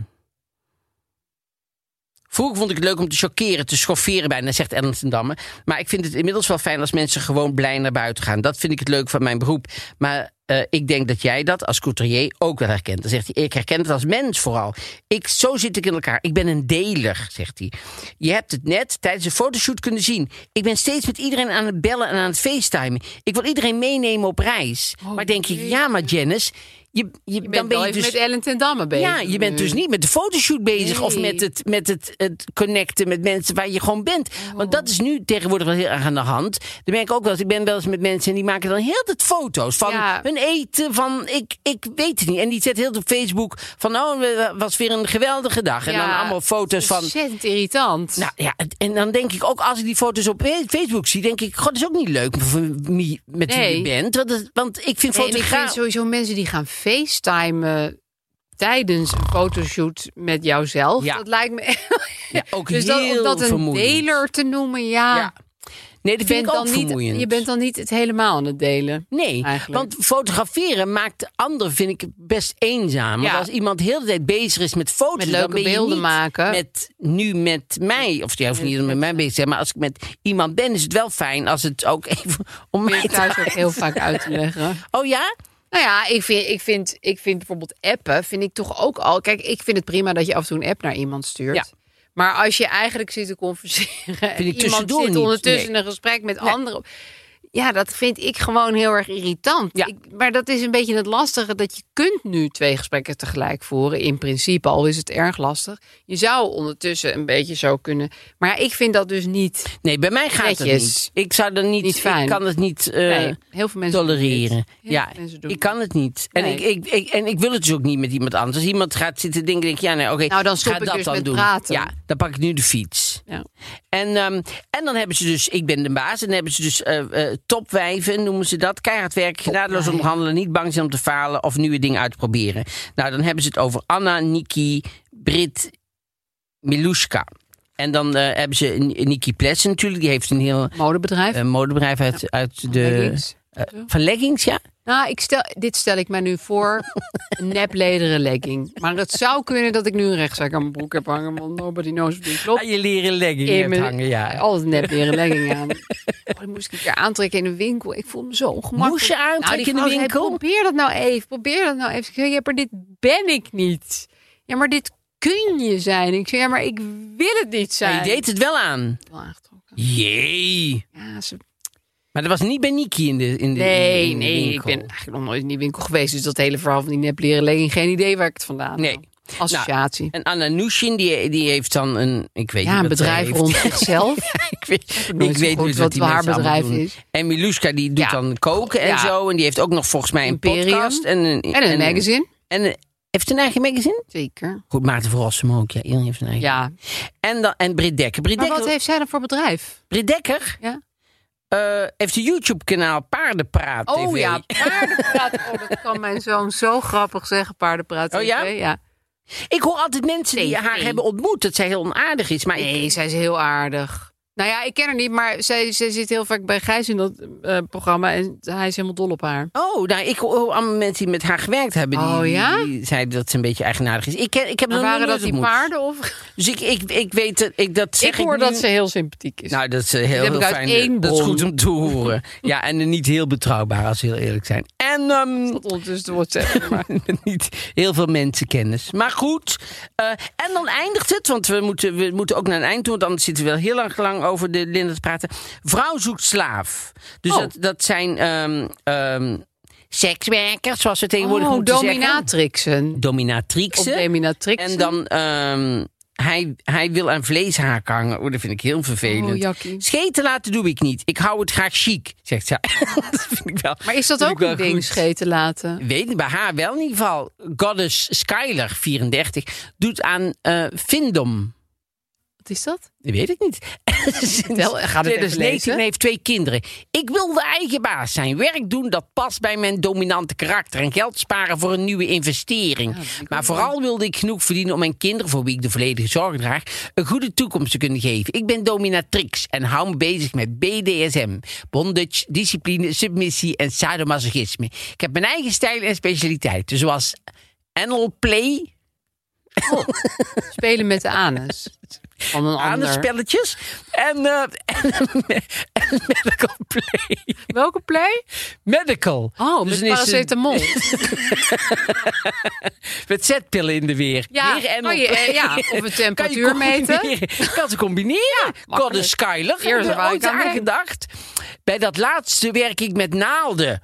Speaker 2: Vroeger vond ik het leuk om te chockeren, te schofferen bijna, zegt Ellen ten Damme. Maar ik vind het inmiddels wel fijn als mensen gewoon blij naar buiten gaan. Dat vind ik het leuk van mijn beroep. Maar eh, ik denk dat jij dat als couturier ook wel herkent. Dan zegt hij, ik herken het als mens vooral. Ik, zo zit ik in elkaar. Ik ben een deler, zegt hij. Je hebt het net tijdens een fotoshoot kunnen zien. Ik ben steeds met iedereen aan het bellen en aan het facetimen. Ik wil iedereen meenemen op reis. maar denk ik, ja maar Janice... Je,
Speaker 4: Oh,
Speaker 2: je,
Speaker 4: Je
Speaker 2: dan
Speaker 4: bent
Speaker 2: ben
Speaker 4: wel
Speaker 2: je
Speaker 4: even
Speaker 2: dus
Speaker 4: met Ellen ten Damme bezig.
Speaker 2: ja, je bent
Speaker 4: nu.
Speaker 2: dus niet met de fotoshoot bezig of
Speaker 4: Mm. Nee.
Speaker 2: met, het, met het, het connecten met mensen waar je gewoon bent. Want dat is nu tegenwoordig wel heel erg aan de hand. Dan merk ik ook wel eens, ik ben wel eens met mensen en die maken dan heel het foto's van
Speaker 4: Ja.
Speaker 2: hun eten, van ik, ik weet het niet. En die zet heel op Facebook van oh, het was weer een geweldige dag. En
Speaker 4: Ja,
Speaker 2: dan allemaal foto's van...
Speaker 4: Ontzettend irritant.
Speaker 2: Nou ja, het- en dan denk ik ook als ik die foto's op Facebook zie, denk ik, god, dat is ook niet leuk voor wie- met wie
Speaker 4: Nee.
Speaker 2: je bent. Want, het- want ik vind
Speaker 4: Nee, en ik
Speaker 2: fotograaf...
Speaker 4: vind sowieso mensen die gaan facetimen tijdens een fotoshoot met jouzelf.
Speaker 2: Ja.
Speaker 4: Dat lijkt me...
Speaker 2: Ja, ook
Speaker 4: dus dat,
Speaker 2: heel
Speaker 4: om dat een
Speaker 2: vermoeiend.
Speaker 4: deler te noemen, ja.
Speaker 2: Ja, Nee, dat
Speaker 4: Je bent
Speaker 2: vind ik ook
Speaker 4: dan niet,
Speaker 2: vermoeiend.
Speaker 4: Je bent dan niet het helemaal aan het delen.
Speaker 2: Nee,
Speaker 4: Eigenlijk.
Speaker 2: want fotograferen maakt anderen, vind ik, best eenzaam. Want
Speaker 4: Ja.
Speaker 2: als iemand de hele tijd bezig is met foto's...
Speaker 4: Met
Speaker 2: dan
Speaker 4: leuke
Speaker 2: ben je
Speaker 4: beelden
Speaker 2: niet
Speaker 4: maken.
Speaker 2: Met, nu met mij, of jij hoeft niet met mij bezig te zijn... maar als ik met iemand ben, is het wel fijn als het ook even om mij
Speaker 4: Probeer thuis ook
Speaker 2: draait.
Speaker 4: heel vaak uit te leggen.
Speaker 2: Oh ja?
Speaker 4: Nou ja, ik vind, ik vind, ik vind bijvoorbeeld appen, vind ik toch ook al. Kijk, ik vind het prima dat je af en toe een app naar iemand stuurt.
Speaker 2: Ja.
Speaker 4: Maar als je eigenlijk zit te converseren en iemand
Speaker 2: ik tussendoor
Speaker 4: zit
Speaker 2: niet,
Speaker 4: ondertussen
Speaker 2: nee.
Speaker 4: in een gesprek met anderen. Ja, dat vind ik gewoon heel erg irritant.
Speaker 2: Ja.
Speaker 4: Ik- maar dat is een beetje het lastige dat je kunt nu twee gesprekken tegelijk voeren. In principe, al is het erg lastig. Je zou ondertussen een beetje zo kunnen. Maar ja, ik vind dat dus niet,
Speaker 2: Nee, bij mij gaat het niet.
Speaker 4: Netjes.
Speaker 2: Ik zou er niet...
Speaker 4: Niet fijn.
Speaker 2: Ik kan het niet... eh,
Speaker 4: Nee, heel veel mensen doen dit.
Speaker 2: tolereren.
Speaker 4: Heel
Speaker 2: Ja,
Speaker 4: veel mensen doen
Speaker 2: ik kan het niet. En,
Speaker 4: Nee.
Speaker 2: ik, ik, ik- en ik wil het dus ook niet met iemand anders. Als iemand gaat zitten denken, denk ik, ja, nee, oké,
Speaker 4: Nou, dan stop
Speaker 2: ga
Speaker 4: ik
Speaker 2: dat
Speaker 4: dus
Speaker 2: dan
Speaker 4: met
Speaker 2: doen.
Speaker 4: praten.
Speaker 2: Ja, dan pak ik nu de fiets.
Speaker 4: Ja.
Speaker 2: En, ehm, en dan hebben ze dus, ik ben de baas, en dan hebben ze dus eh, eh, topwijven, noemen ze dat. Keihard werk, genadeloos onderhandelen, niet bang zijn om te falen of nieuwe dingen uit te proberen. Nou, dan hebben ze het over Anna, Niki, Brit, Milushka. En dan eh, hebben ze N- Niki Plessen natuurlijk, die heeft een heel
Speaker 4: modebedrijf.
Speaker 2: eh, modebedrijf uit, uit de...
Speaker 4: leggings.
Speaker 2: eh, van leggings, ja?
Speaker 4: Nou, ik stel, dit stel ik mij nu voor. Een neplederen legging. Maar het zou kunnen dat ik nu een rechtszaak aan mijn broek heb hangen. Want nobody knows wie klopt.
Speaker 2: Aan Ah, je leren legging
Speaker 4: In
Speaker 2: hebt
Speaker 4: mijn-
Speaker 2: hangen, ja.
Speaker 4: Altijd nepleren legging aan. Oh, die moest ik een keer aantrekken in een winkel. Ik voel me zo ongemakkelijk.
Speaker 2: Moest je aantrekken
Speaker 4: Nou, die
Speaker 2: in de
Speaker 4: vrouw zei,
Speaker 2: winkel?
Speaker 4: probeer dat nou even. Probeer dat nou even. Ik zei, ja, maar dit ben ik niet. Ja, maar dit kun je zijn. Ik zei, ja, maar ik wil het niet zijn.
Speaker 2: Maar je deed het wel aan.
Speaker 4: Wel aangetrokken.
Speaker 2: Jee.
Speaker 4: Ja, ze
Speaker 2: Maar dat was niet bij Niki in de in de- in de in
Speaker 4: Nee,
Speaker 2: de
Speaker 4: nee, ik
Speaker 2: winkel.
Speaker 4: ben eigenlijk nog nooit in die winkel geweest. Dus dat hele verhaal van die nepleren legging, geen idee waar ik het vandaan
Speaker 2: Nee.
Speaker 4: haal. Associatie.
Speaker 2: En Anna Nushin, die, die heeft dan een... Ik weet
Speaker 4: ja,
Speaker 2: niet
Speaker 4: een
Speaker 2: wat zij
Speaker 4: bedrijf
Speaker 2: heeft.
Speaker 4: rond zichzelf.
Speaker 2: ik weet, ik
Speaker 4: nooit
Speaker 2: weet
Speaker 4: gehoord
Speaker 2: niet
Speaker 4: wat
Speaker 2: wat die
Speaker 4: haar
Speaker 2: mensen allemaal
Speaker 4: bedrijf
Speaker 2: doen.
Speaker 4: is.
Speaker 2: En Miluska, die doet
Speaker 4: Ja.
Speaker 2: dan koken en
Speaker 4: Ja.
Speaker 2: zo. En die heeft ook nog volgens mij een
Speaker 4: Imperium.
Speaker 2: podcast. En een,
Speaker 4: en eh, een magazine.
Speaker 2: En, een- heeft ze een eigen magazine?
Speaker 4: Zeker.
Speaker 2: Goed, Maarten Verrossum ook. Ja, iedereen heeft een eigen.
Speaker 4: Ja.
Speaker 2: En, dan, en Brit Dekker. Brit
Speaker 4: Maar
Speaker 2: Dekker,
Speaker 4: wat heeft zij dan voor bedrijf?
Speaker 2: Brit Dekker
Speaker 4: Ja.
Speaker 2: eh, heeft een YouTube-kanaal Paardenpraat
Speaker 4: Oh
Speaker 2: TV.
Speaker 4: ja, paardenpraat. Oh, dat kan mijn zoon zo grappig zeggen, paardenpraat.
Speaker 2: Oh ja?
Speaker 4: TV, ja.
Speaker 2: Ik hoor altijd mensen die
Speaker 4: TV.
Speaker 2: haar hebben ontmoet dat zij heel onaardig is. Maar ik,
Speaker 4: Nee, zij is heel aardig. Nou ja, ik ken haar niet, maar zij, zij zit heel vaak bij Gijs in dat eh, programma. En hij is helemaal dol op haar.
Speaker 2: Oh, nou, ik hoor allemaal mensen die met haar gewerkt hebben. Die,
Speaker 4: Oh, ja?
Speaker 2: die, die zeiden dat ze een beetje eigenaardig is. Ik, heb- ik heb
Speaker 4: Maar
Speaker 2: nog
Speaker 4: waren
Speaker 2: nooit
Speaker 4: dat die
Speaker 2: ontmoet.
Speaker 4: paarden? Of?
Speaker 2: Dus ik, ik, ik weet dat ik dat zeg
Speaker 4: Ik hoor
Speaker 2: nu.
Speaker 4: dat ze heel sympathiek is.
Speaker 2: Nou, dat is eh, heel,
Speaker 4: heb
Speaker 2: heel
Speaker 4: ik uit
Speaker 2: fijn.
Speaker 4: één
Speaker 2: dat is
Speaker 4: bron.
Speaker 2: goed om te horen. ja, en niet heel betrouwbaar, als we heel eerlijk zijn. En En ehm,
Speaker 4: Tot ondertussen de WhatsApp. Maar.
Speaker 2: niet heel veel mensenkennis. Maar goed. eh, en dan eindigt het, want we moeten, we moeten ook naar een eind toe. Want anders zitten we wel heel erg lang over de Linda te praten. Vrouw zoekt slaaf. Dus
Speaker 4: Oh.
Speaker 2: dat, dat zijn ehm, ehm, sekswerkers, zoals we tegenwoordig
Speaker 4: Oh,
Speaker 2: moeten zeggen.
Speaker 4: dominatrixen. Of
Speaker 2: Dominatrixen.
Speaker 4: dominatrixen.
Speaker 2: En dan, ehm, hij, hij wil aan vleeshaak hangen. Oh, dat vind ik heel vervelend.
Speaker 4: Oh, jakkie.
Speaker 2: Scheten laten doe ik niet. Ik hou het graag chic, zegt zij. dat vind ik wel.
Speaker 4: Maar is dat
Speaker 2: vind ik
Speaker 4: ook
Speaker 2: wel
Speaker 4: een ding,
Speaker 2: goed.
Speaker 4: scheten laten?
Speaker 2: eh, Weet niet, bij haar wel in ieder geval. Goddess Skyler, 34, doet aan eh Vindom.
Speaker 4: Wat is dat?
Speaker 2: Dat weet ik niet.
Speaker 4: Vertel, ga dit even lezen.
Speaker 2: heeft twee kinderen. Ik wil de eigen baas zijn. Werk doen dat past bij mijn dominante karakter. En geld sparen voor een nieuwe investering. maar vooral wilde ik genoeg verdienen om mijn kinderen, voor wie ik de volledige zorg draag, een goede toekomst te kunnen geven. Ik ben dominatrix en hou me bezig met BDSM. Bondage, discipline, submissie en sadomasochisme. Ik heb mijn eigen stijl en specialiteiten. Zoals anal play,
Speaker 4: Spelen met de anus. Van een
Speaker 2: aan de
Speaker 4: ander.
Speaker 2: spelletjes en, eh, en, en medical play.
Speaker 4: Welke play?
Speaker 2: Medical.
Speaker 4: Oh,
Speaker 2: Dus
Speaker 4: met
Speaker 2: dan is ze
Speaker 4: paracetamol.
Speaker 2: Met zetpillen in de weer.
Speaker 4: Ja,
Speaker 2: weer en
Speaker 4: kan je,
Speaker 2: op-
Speaker 4: eh, ja, of een temperatuur
Speaker 2: kan je
Speaker 4: meten.
Speaker 2: combineren. Kan ze combineren. Kan de Skyler.
Speaker 4: Eerder
Speaker 2: Heb je er
Speaker 4: wou ik
Speaker 2: ooit
Speaker 4: aan
Speaker 2: aan
Speaker 4: denken.
Speaker 2: gedacht. Bij dat laatste werk ik met naalden.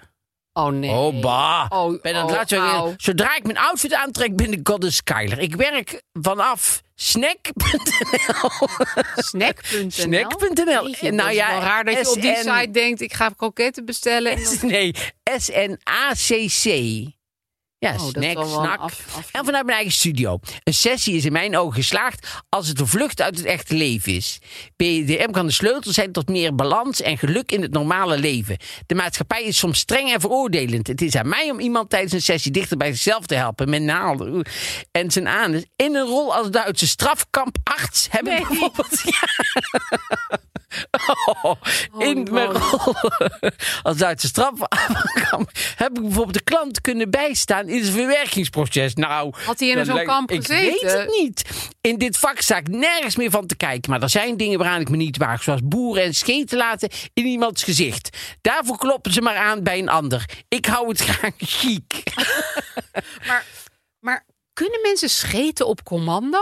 Speaker 4: Oh nee.
Speaker 2: Oh, bah.
Speaker 4: Oh,
Speaker 2: Bij dat
Speaker 4: oh,
Speaker 2: laatste werk-
Speaker 4: au.
Speaker 2: Zodra ik mijn outfit aantrek, ben ik Goddess Skyler. Ik werk vanaf snack.nl.
Speaker 4: Snack.nl.
Speaker 2: Snack.nl.
Speaker 4: Jeetje,
Speaker 2: Nou
Speaker 4: dat is
Speaker 2: ja,
Speaker 4: wel raar dat je op die
Speaker 2: SN.
Speaker 4: site denkt: ik ga kroketten bestellen. En dan-
Speaker 2: Nee, S-N-A-C-C. Ja,
Speaker 4: Oh, dat
Speaker 2: snack,
Speaker 4: zal wel
Speaker 2: snack.
Speaker 4: een af- af-
Speaker 2: En vanuit mijn eigen studio. Een sessie is in mijn ogen geslaagd als het een vlucht uit het echte leven is. BDM kan de sleutel zijn tot meer balans en geluk in het normale leven. De maatschappij is soms streng en veroordelend. Het is aan mij om iemand tijdens een sessie dichter bij zichzelf te helpen. Met naalden oeh, en zijn anus. In een rol als Duitse strafkamparts heb ik bijvoorbeeld... Ja. Oh, in mijn rol als Duitse strafkamp heb ik bijvoorbeeld de klant kunnen bijstaan in het verwerkingsproces. Nou,
Speaker 4: Had hij in
Speaker 2: dat
Speaker 4: zo'n
Speaker 2: lijkt-
Speaker 4: kamp
Speaker 2: Ik weet
Speaker 4: gezeten?
Speaker 2: het niet. In dit vak sta ik nergens meer van te kijken. Maar er zijn dingen waaraan ik me niet waag. Zoals boeren en scheten laten in iemands gezicht. Daarvoor kloppen ze maar aan bij een ander. Ik hou het graag chic.
Speaker 4: Maar, maar kunnen mensen scheten op commando?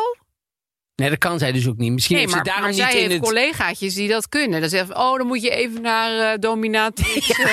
Speaker 2: Nee, dat kan zij dus ook niet. Misschien
Speaker 4: Nee,
Speaker 2: heeft
Speaker 4: maar,
Speaker 2: ze daarom
Speaker 4: maar
Speaker 2: niet
Speaker 4: zij
Speaker 2: in
Speaker 4: heeft
Speaker 2: het...
Speaker 4: collegaatjes die dat kunnen. Dan zeggen ze, oh, dan moet je even naar eh dominatrix. eh,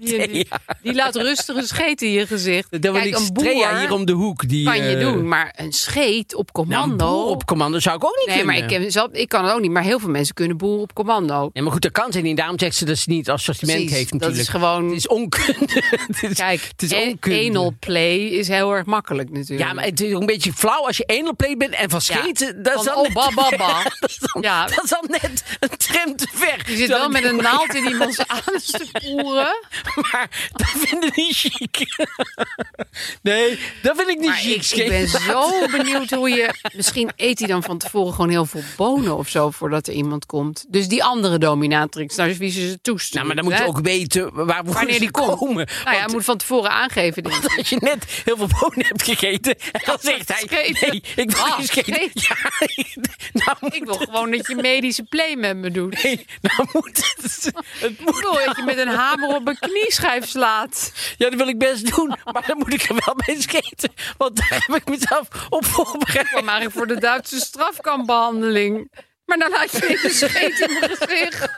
Speaker 4: die, en die, die laat rustig een scheet in je gezicht.
Speaker 2: Dan wil
Speaker 4: Kijk,
Speaker 2: ik
Speaker 4: een
Speaker 2: Strea
Speaker 4: boer
Speaker 2: hier om de hoek. Die,
Speaker 4: kan je
Speaker 2: eh,
Speaker 4: doen, maar een scheet op
Speaker 2: Nou, een
Speaker 4: commando...
Speaker 2: boer op commando zou ik ook niet
Speaker 4: nee,
Speaker 2: kunnen.
Speaker 4: maar ik, ken zelf, ik kan het ook niet. Maar heel veel mensen kunnen boeren op commando.
Speaker 2: Nee, maar goed, dat kan zijn. niet. Daarom zegt ze dat ze niet assortiment
Speaker 4: Precies,
Speaker 2: heeft
Speaker 4: dat
Speaker 2: natuurlijk.
Speaker 4: is gewoon-
Speaker 2: Het is onkunde. het is,
Speaker 4: Kijk, e-
Speaker 2: het is
Speaker 4: en-
Speaker 2: onkunde.
Speaker 4: anal play is heel erg makkelijk natuurlijk.
Speaker 2: Ja, maar het is ook een beetje flauw als je anal play bent en van scheten. Dat, is
Speaker 4: Van,
Speaker 2: dan
Speaker 4: oh,
Speaker 2: net,
Speaker 4: ba, ba, ba.
Speaker 2: dat, is dan,
Speaker 4: Ja.
Speaker 2: dat is dan net een trim te ver.
Speaker 4: Je zit
Speaker 2: Terwijl
Speaker 4: wel
Speaker 2: ik
Speaker 4: met een
Speaker 2: denk,
Speaker 4: naald in iemands anus te poeren.
Speaker 2: Maar dat vind ik niet chic. nee, dat vind ik niet
Speaker 4: Maar
Speaker 2: chic.
Speaker 4: ik, ik
Speaker 2: scheten
Speaker 4: ben
Speaker 2: laten.
Speaker 4: zo benieuwd hoe je... Misschien eet hij dan van tevoren gewoon heel veel bonen of zo... voordat er iemand komt. Dus die andere dominatrix, naar wie ze ze toestuurt.
Speaker 2: Nou, maar dan moet je
Speaker 4: hè?
Speaker 2: ook weten waar we
Speaker 4: Wanneer die komt.
Speaker 2: komen.
Speaker 4: Nou ja, hij
Speaker 2: Want
Speaker 4: moet van tevoren aangeven. denk ik.
Speaker 2: als je net heel veel bonen hebt gegeten, en dan zegt hij...
Speaker 4: scheten.
Speaker 2: Nee, ik wil
Speaker 4: Ah,
Speaker 2: geen scheten.
Speaker 4: scheten.
Speaker 2: Ja, nou moet
Speaker 4: Ik wil gewoon dat je medische play met me doet. Ik
Speaker 2: Nee, nou moet het. het moet
Speaker 4: wil dat je met een hamer op mijn knieschijf slaat.
Speaker 2: Ja, dat wil ik best doen. Maar dan moet ik er wel mee skaten. Want daar heb ik mezelf op voorbereid.
Speaker 4: kwam eigenlijk voor de Duitse strafkampbehandeling. Maar dan had je even scheet in mijn gezicht.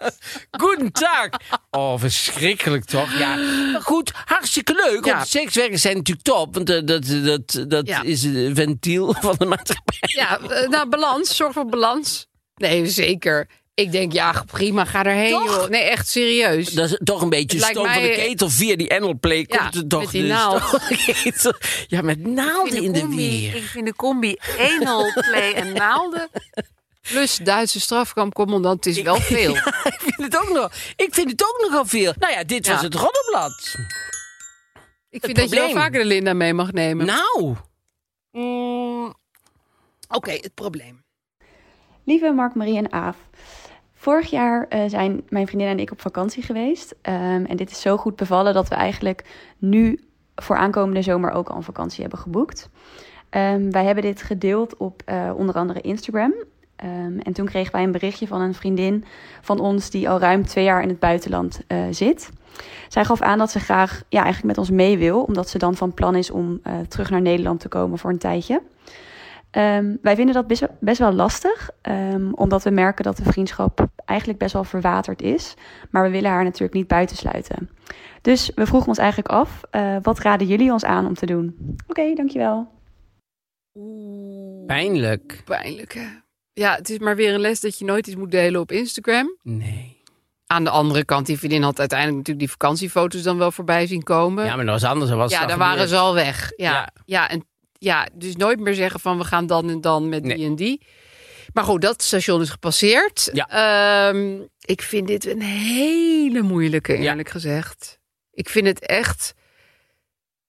Speaker 2: Goedendag. Oh, verschrikkelijk toch? Ja. Maar goed, hartstikke leuk.
Speaker 4: Ja.
Speaker 2: Want sekswerkers zijn natuurlijk top. Want eh, dat, dat, dat
Speaker 4: Ja.
Speaker 2: is een ventiel van de maatschappij.
Speaker 4: Ja, eh, nou, balans. Zorg voor balans. Nee, zeker. Ik denk, ja, prima, ga erheen,
Speaker 2: Toch?
Speaker 4: joh. Nee, echt serieus.
Speaker 2: Dat is toch een beetje
Speaker 4: Het lijkt
Speaker 2: stoom van de
Speaker 4: mij-
Speaker 2: ketel. Via die anal play
Speaker 4: Ja,
Speaker 2: komt het toch
Speaker 4: met die
Speaker 2: de
Speaker 4: naald.
Speaker 2: stoom van de ketel. Ja, met
Speaker 4: Ik
Speaker 2: naalden in
Speaker 4: vind
Speaker 2: de
Speaker 4: combi-
Speaker 2: weer.
Speaker 4: Ik vind de combi 1-0 play en naalden. Plus Duitse strafkampcommandant is wel veel.
Speaker 2: Ik vind het ook nog. Ik vind het ook nogal veel. Nou ja, dit
Speaker 4: Ja.
Speaker 2: was het Roddenblad.
Speaker 4: Ik vind dat je wel
Speaker 2: probleem.
Speaker 4: vaker de Linda mee mag nemen.
Speaker 2: Nou.
Speaker 4: Mm, Oké, het probleem.
Speaker 5: Lieve Mark, Marie en Aaf. Vorig jaar eh, zijn mijn vriendin en ik op vakantie geweest. Ehm, en dit is zo goed bevallen dat we eigenlijk nu voor aankomende zomer ook al een vakantie hebben geboekt. Ehm, wij hebben dit gedeeld op eh, onder andere Instagram. Ehm, Ehm, en toen kregen wij een berichtje van een vriendin van ons die al ruim twee jaar in het buitenland eh, zit. Zij gaf aan dat ze graag ja, eigenlijk met ons mee wil, omdat ze dan van plan is om eh, terug naar Nederland te komen voor een tijdje. Ehm, wij vinden dat best, best wel lastig, ehm, omdat we merken dat de vriendschap eigenlijk best wel verwaterd is. Maar we willen haar natuurlijk niet buitensluiten. Dus we vroegen ons eigenlijk af, eh, wat raden jullie ons aan om te doen? Oké, dankjewel.
Speaker 4: Oeh,
Speaker 2: Pijnlijk.
Speaker 4: pijnlijk hè? Ja, het is maar weer een les dat je nooit iets moet delen op Instagram.
Speaker 2: Nee.
Speaker 4: Aan de andere kant, die vriendin had uiteindelijk natuurlijk die vakantiefoto's dan wel voorbij zien komen.
Speaker 2: Ja, maar dat was anders. Dat was
Speaker 4: Ja,
Speaker 2: al
Speaker 4: daar
Speaker 2: gebeurd.
Speaker 4: waren ze al weg. Ja,
Speaker 2: Ja.
Speaker 4: ja. en, ja, dus nooit meer zeggen van we gaan dan en dan met
Speaker 2: Nee.
Speaker 4: die en die. Maar goed, dat station is gepasseerd.
Speaker 2: Ja.
Speaker 4: Ehm, ik vind dit een hele moeilijke, eerlijk gezegd. Ik vind het echt...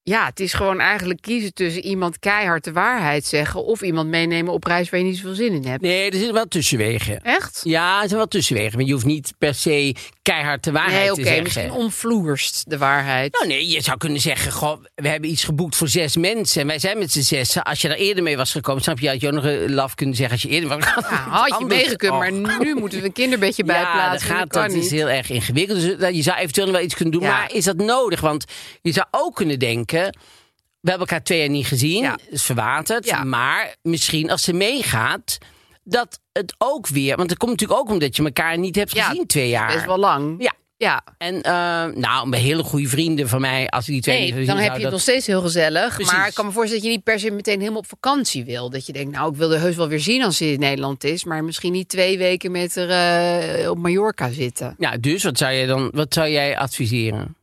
Speaker 4: Ja, het is gewoon eigenlijk kiezen tussen iemand keihard de waarheid zeggen... of iemand meenemen op reis waar je niet zoveel zin in hebt.
Speaker 2: Nee, er zitten wel tussenwegen.
Speaker 4: Echt?
Speaker 2: Ja, er zijn wel tussenwegen. Want je hoeft niet per se keihard de waarheid
Speaker 4: nee,
Speaker 2: te
Speaker 4: oké,
Speaker 2: zeggen.
Speaker 4: misschien onvloerst de waarheid.
Speaker 2: Nou nee, je zou kunnen zeggen, goh, we hebben iets geboekt voor zes mensen. En wij zijn met z'n zessen. Als je daar eerder mee was gekomen, snap je, had je ook nog een laf kunnen zeggen als je eerder was gekomen.
Speaker 4: Ja, had je meegekund, maar nu moeten we een kinderbedje bijplaatsen.
Speaker 2: Oh. Ja, dat,
Speaker 4: en
Speaker 2: gaat,
Speaker 4: kan
Speaker 2: dat is
Speaker 4: niet.
Speaker 2: heel erg ingewikkeld. Dus dat- je zou eventueel wel iets kunnen doen.
Speaker 4: Ja.
Speaker 2: Maar is dat nodig? Want je zou ook kunnen denken... We hebben elkaar twee jaar niet gezien.
Speaker 4: Ja.
Speaker 2: is verwaterd.
Speaker 4: Ja.
Speaker 2: Maar misschien als ze meegaat... dat het ook weer... Want het komt natuurlijk ook omdat je elkaar niet hebt
Speaker 4: Ja,
Speaker 2: gezien twee jaar.
Speaker 4: Best wel lang.
Speaker 2: Ja.
Speaker 4: Ja.
Speaker 2: En eh, nou, mijn hele goede vrienden van mij... als die twee niet
Speaker 4: Nee,
Speaker 2: gezien
Speaker 4: dan heb je het
Speaker 2: zouden, dat-
Speaker 4: nog steeds heel gezellig.
Speaker 2: Precies.
Speaker 4: Maar ik kan me voorstellen dat je niet per se meteen helemaal op vakantie wil. Dat je denkt, nou, ik wil er heus wel weer zien als ze in Nederland is. Maar misschien niet twee weken met haar eh, op Mallorca zitten.
Speaker 2: Ja, dus wat zou, jij dan, wat zou jij adviseren?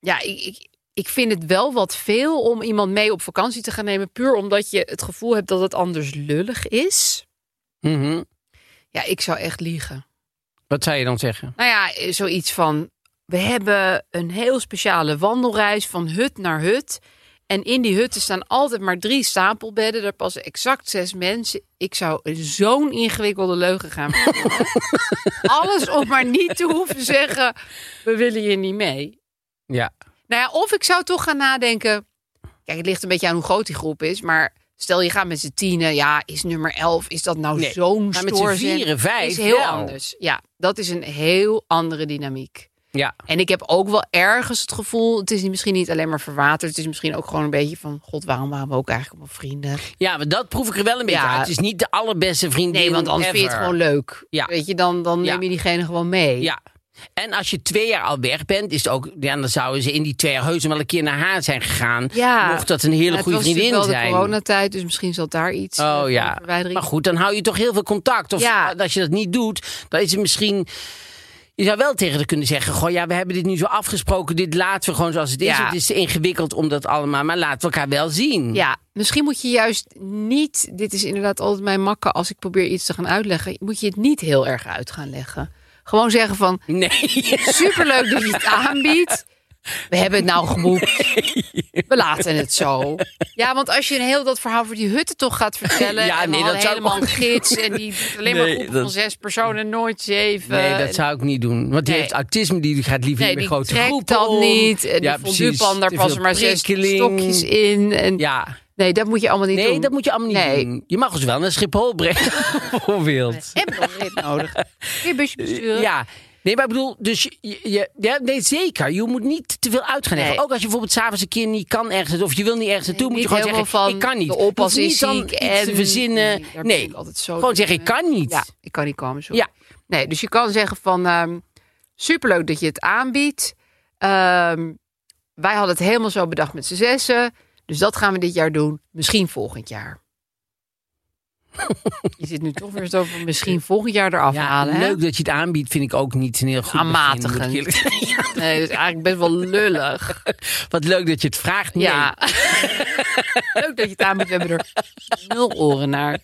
Speaker 4: Ja, ik, ik, ik vind het wel wat veel om iemand mee op vakantie te gaan nemen. Puur omdat je het gevoel hebt dat het anders lullig is.
Speaker 2: Mhm.
Speaker 4: Ja, ik zou echt liegen.
Speaker 2: Wat zou je dan zeggen?
Speaker 4: Nou ja, eh, zoiets van... We hebben een heel speciale wandelreis van hut naar hut. En in die hutten staan altijd maar drie stapelbedden. Daar passen exact zes mensen. Ik zou zo'n ingewikkelde leugen gaan verzinnen. Alles om maar niet te hoeven zeggen... we willen je niet mee.
Speaker 2: Ja.
Speaker 4: Nou ja, of ik zou toch gaan nadenken... Kijk, het ligt een beetje aan hoe groot die groep is, maar... Stel, je gaat met z'n tienen. Ja, is nummer elf, is dat nou
Speaker 2: Nee,
Speaker 4: zo'n
Speaker 2: maar met z'n
Speaker 4: stoorzender?
Speaker 2: vieren, vijf
Speaker 4: is heel
Speaker 2: wel.
Speaker 4: anders. Ja, dat is een heel andere dynamiek.
Speaker 2: Ja.
Speaker 4: En ik heb ook wel ergens het gevoel, het is misschien niet alleen maar verwaterd. Het is misschien ook gewoon een beetje van, god, waarom waren we ook eigenlijk allemaal vrienden?
Speaker 2: Ja, maar dat proef ik er wel een beetje
Speaker 4: Ja.
Speaker 2: uit. Het is niet de allerbeste vriendin
Speaker 4: Nee, want anders
Speaker 2: ever.
Speaker 4: vind je het gewoon leuk.
Speaker 2: Ja.
Speaker 4: Weet je, dan, dan
Speaker 2: Ja.
Speaker 4: neem je diegene gewoon mee.
Speaker 2: Ja. En als je twee jaar al weg bent, is het ook, ja, dan zouden ze in die twee jaar heus wel een keer naar haar zijn gegaan.
Speaker 4: Ja.
Speaker 2: Mocht dat een hele
Speaker 4: Ja,
Speaker 2: goede vriendin
Speaker 4: Het was natuurlijk
Speaker 2: zijn.
Speaker 4: wel de coronatijd, dus misschien zal daar iets eh,
Speaker 2: Oh
Speaker 4: van
Speaker 2: ja.
Speaker 4: verwijdering.
Speaker 2: Maar goed, dan hou je toch heel veel contact. Of
Speaker 4: Ja.
Speaker 2: als je dat niet doet, dan is het misschien. Je zou wel tegen haar kunnen zeggen: Goh, ja, we hebben dit nu zo afgesproken. Dit laten we gewoon zoals het is.
Speaker 4: Ja.
Speaker 2: Het is te ingewikkeld om dat allemaal. Maar laten we elkaar wel zien.
Speaker 4: Ja, misschien moet je juist niet. Dit is inderdaad altijd mijn makken als ik probeer iets te gaan uitleggen. Moet je het niet heel erg uit gaan leggen. Gewoon zeggen van
Speaker 2: Nee.
Speaker 4: superleuk dat je het aanbiedt. We hebben het nou geboekt. We laten het zo. Ja, want als je een heel dat verhaal voor die hutten toch gaat vertellen.
Speaker 2: Ja,
Speaker 4: en
Speaker 2: nee,
Speaker 4: we hadden
Speaker 2: dat zou ik
Speaker 4: helemaal een
Speaker 2: ook niet
Speaker 4: gids. En die doet alleen maar
Speaker 2: Nee,
Speaker 4: groepen
Speaker 2: dat-
Speaker 4: van zes personen, nooit zeven.
Speaker 2: Nee, dat zou ik niet doen. Want die
Speaker 4: Eh, Nee.
Speaker 2: heeft autisme, die gaat liever
Speaker 4: Nee, die
Speaker 2: niet met grote
Speaker 4: trekt
Speaker 2: groepen.
Speaker 4: dan
Speaker 2: om.
Speaker 4: niet. En
Speaker 2: Ja,
Speaker 4: die fonduepan, daar
Speaker 2: Te
Speaker 4: passen
Speaker 2: veel
Speaker 4: maar zes
Speaker 2: prikkeling.
Speaker 4: stokjes in. En...
Speaker 2: Ja.
Speaker 4: Nee, dat moet je allemaal niet
Speaker 2: Nee,
Speaker 4: doen.
Speaker 2: dat moet je allemaal niet
Speaker 4: Nee.
Speaker 2: doen. Je mag ons wel naar Schiphol brengen, bijvoorbeeld.
Speaker 4: Heb je nog een rit nodig? Kun je busje besturen?
Speaker 2: Eh, Ja. Nee, maar ik bedoel, dus je, je- ja, nee, zeker. Je moet niet te veel uit gaan leggen.
Speaker 4: Nee.
Speaker 2: Ook als je bijvoorbeeld s'avonds een keer niet kan ergens, of je wil niet ergens naartoe,
Speaker 4: Nee,
Speaker 2: moet je
Speaker 4: niet
Speaker 2: gewoon zeggen:
Speaker 4: helemaal
Speaker 2: Ik
Speaker 4: van,
Speaker 2: kan niet.
Speaker 4: de oppas
Speaker 2: Je hoeft
Speaker 4: is
Speaker 2: niet dan
Speaker 4: ziek
Speaker 2: iets
Speaker 4: en-
Speaker 2: te verzinnen.
Speaker 4: Nee, daar ben
Speaker 2: Nee,
Speaker 4: ik altijd zo
Speaker 2: gewoon
Speaker 4: tegen,
Speaker 2: zeggen: Ik
Speaker 4: hè.
Speaker 2: kan niet.
Speaker 4: Ja, ik kan niet komen, sorry.
Speaker 2: Ja.
Speaker 4: Nee, dus je kan zeggen van... ehm, superleuk dat je het aanbiedt. Ehm, wij hadden het helemaal zo bedacht met z'n zessen. Dus dat gaan we dit jaar doen. Misschien volgend jaar. je zit nu toch weer eens over misschien volgend jaar eraf
Speaker 2: Ja,
Speaker 4: halen. hè?
Speaker 2: leuk dat je het aanbiedt, vind ik ook niet een heel goed
Speaker 4: Aanmatigend.
Speaker 2: begin, moet ik eerlijk zeggen. Ja,
Speaker 4: Nee, dat is eigenlijk best wel lullig.
Speaker 2: Wat leuk dat je het vraagt. Nee.
Speaker 4: Ja. Leuk dat je het aanbiedt. We hebben er nul oren naar.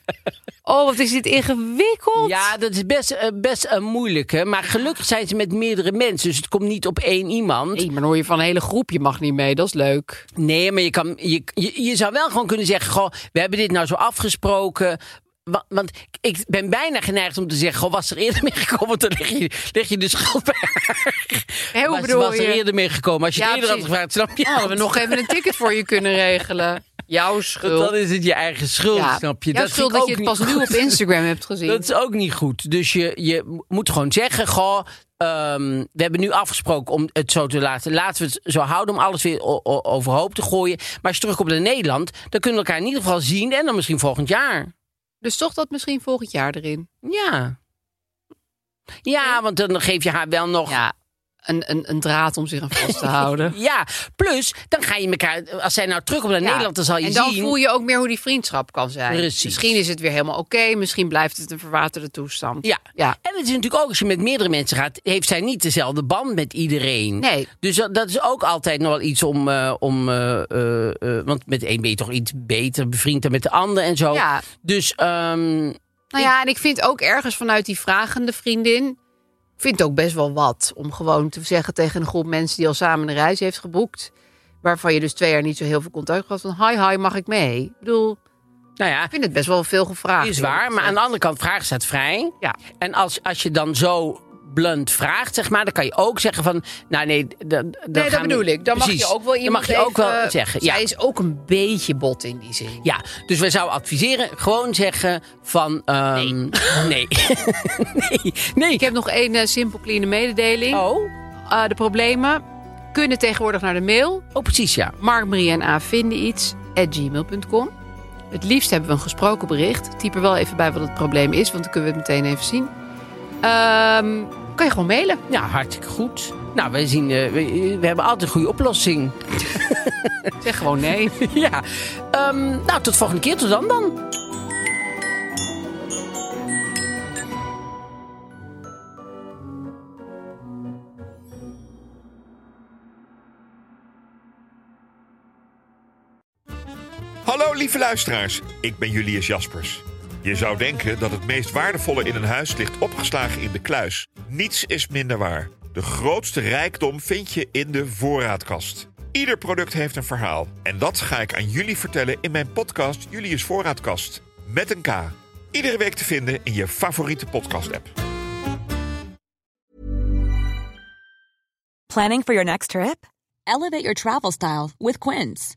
Speaker 4: Oh, wat is dit ingewikkeld.
Speaker 2: Ja, dat is best, eh, best een moeilijke. Maar gelukkig zijn ze met meerdere mensen. Dus het komt niet op één iemand.
Speaker 4: Nee, maar dan hoor je van een hele groep. Je mag niet mee. Dat is leuk.
Speaker 2: Nee, maar je, kan, je, je, je zou wel gewoon kunnen zeggen... Goh, we hebben dit nou zo afgesproken... Wa- Want ik ben bijna geneigd om te zeggen... Goh, was er eerder mee gekomen? Want dan leg je, leg je de schuld bij haar.
Speaker 4: Hé, hoe
Speaker 2: was,
Speaker 4: bedoel
Speaker 2: was er
Speaker 4: je?
Speaker 2: eerder mee gekomen? Als je
Speaker 4: Ja,
Speaker 2: het eerder
Speaker 4: precies. Oh,
Speaker 2: had gevraagd, snap je?
Speaker 4: Ja, hadden we nog even een ticket voor je kunnen regelen. Jouw
Speaker 2: Want
Speaker 4: schuld.
Speaker 2: dan is het je eigen schuld,
Speaker 4: Ja.
Speaker 2: snap je?
Speaker 4: Jouw
Speaker 2: Dat
Speaker 4: schuld
Speaker 2: vind
Speaker 4: dat
Speaker 2: ik
Speaker 4: je het
Speaker 2: ook
Speaker 4: pas
Speaker 2: niet
Speaker 4: nu op
Speaker 2: goed.
Speaker 4: Instagram hebt gezien.
Speaker 2: Dat is ook niet goed. Dus je, je moet gewoon zeggen, goh, ehm, we hebben nu afgesproken om het zo te laten. Laten we het zo houden om alles weer o- o- overhoop te gooien. Maar als je terugkomt naar Nederland, dan kunnen we elkaar in ieder geval zien. En dan misschien volgend jaar.
Speaker 4: Dus toch dat misschien volgend jaar erin.
Speaker 2: Ja. Ja, want dan geef je haar wel nog...
Speaker 4: Ja, een, een, een draad om zich aan vast te houden.
Speaker 2: Ja, plus dan ga je elkaar... Als zij nou terugkomt naar
Speaker 4: Ja.
Speaker 2: Nederland, dan zal je
Speaker 4: en dan
Speaker 2: zien...
Speaker 4: voel je ook meer hoe die vriendschap kan zijn.
Speaker 2: Precies.
Speaker 4: Misschien is het weer helemaal oké. misschien blijft het een verwaterde toestand.
Speaker 2: Ja.
Speaker 4: ja.
Speaker 2: En het is natuurlijk ook, als je met meerdere mensen gaat, heeft zij niet dezelfde band met iedereen.
Speaker 4: Nee.
Speaker 2: Dus dat, dat is ook altijd nog wel iets om. eh, om eh, eh, eh, want met één ben je toch iets beter bevriend dan met de ander en zo.
Speaker 4: Ja.
Speaker 2: Dus ehm,
Speaker 4: Nou ja, en ik vind ook ergens vanuit die vragende vriendin... Ik vind het ook best wel wat om gewoon te zeggen tegen een groep mensen... die al samen een reis heeft geboekt... waarvan je dus twee jaar niet zo heel veel contact had... van hi, hi, mag ik mee? Ik bedoel,
Speaker 2: nou ja,
Speaker 4: ik vind het best wel veel gevraagd.
Speaker 2: is waar. Maar aan de andere kant, vraag staat vrij.
Speaker 4: Ja.
Speaker 2: En als, als je dan zo blunt vraagt, zeg maar, dan kan je ook zeggen van, nou nee, dan, dan
Speaker 4: Nee, dat
Speaker 2: gaan we-
Speaker 4: bedoel ik. Dan
Speaker 2: Precies.
Speaker 4: mag je ook wel
Speaker 2: Dan
Speaker 4: iemand
Speaker 2: mag je ook wel
Speaker 4: even-
Speaker 2: zeggen. ja.
Speaker 4: Zij is ook een beetje bot in die zin.
Speaker 2: Ja, dus wij zouden adviseren gewoon zeggen van... ehm, nee. nee. Nee.
Speaker 4: Ik heb nog één eh, simpel kleine mededeling.
Speaker 2: Oh.
Speaker 4: Eh, de problemen kunnen tegenwoordig naar de mail.
Speaker 2: oh, precies ja.
Speaker 4: Mark, Marie en A vinden iets at gmail.com. Het liefst hebben we een gesproken bericht. Typ er wel even bij wat het probleem is, want dan kunnen we het meteen even zien. Ehm, kan je gewoon mailen.
Speaker 2: Ja, hartstikke goed. Nou, wij zien... eh, we, we hebben altijd een goede oplossing.
Speaker 4: Zeg gewoon nee.
Speaker 2: ja. Ehm, nou, tot volgende keer. Tot dan dan.
Speaker 6: Hallo lieve luisteraars, ik ben Julius Jaspers. Je zou denken dat het meest waardevolle in een huis ligt opgeslagen in de kluis. Niets is minder waar. De grootste rijkdom vind je in de voorraadkast. Ieder product heeft een verhaal. En dat ga ik aan jullie vertellen in mijn podcast Julius Voorraadkast. Met een K. Iedere week te vinden in je favoriete podcast-app.
Speaker 7: Planning for your next trip? Elevate your travel style with Quince.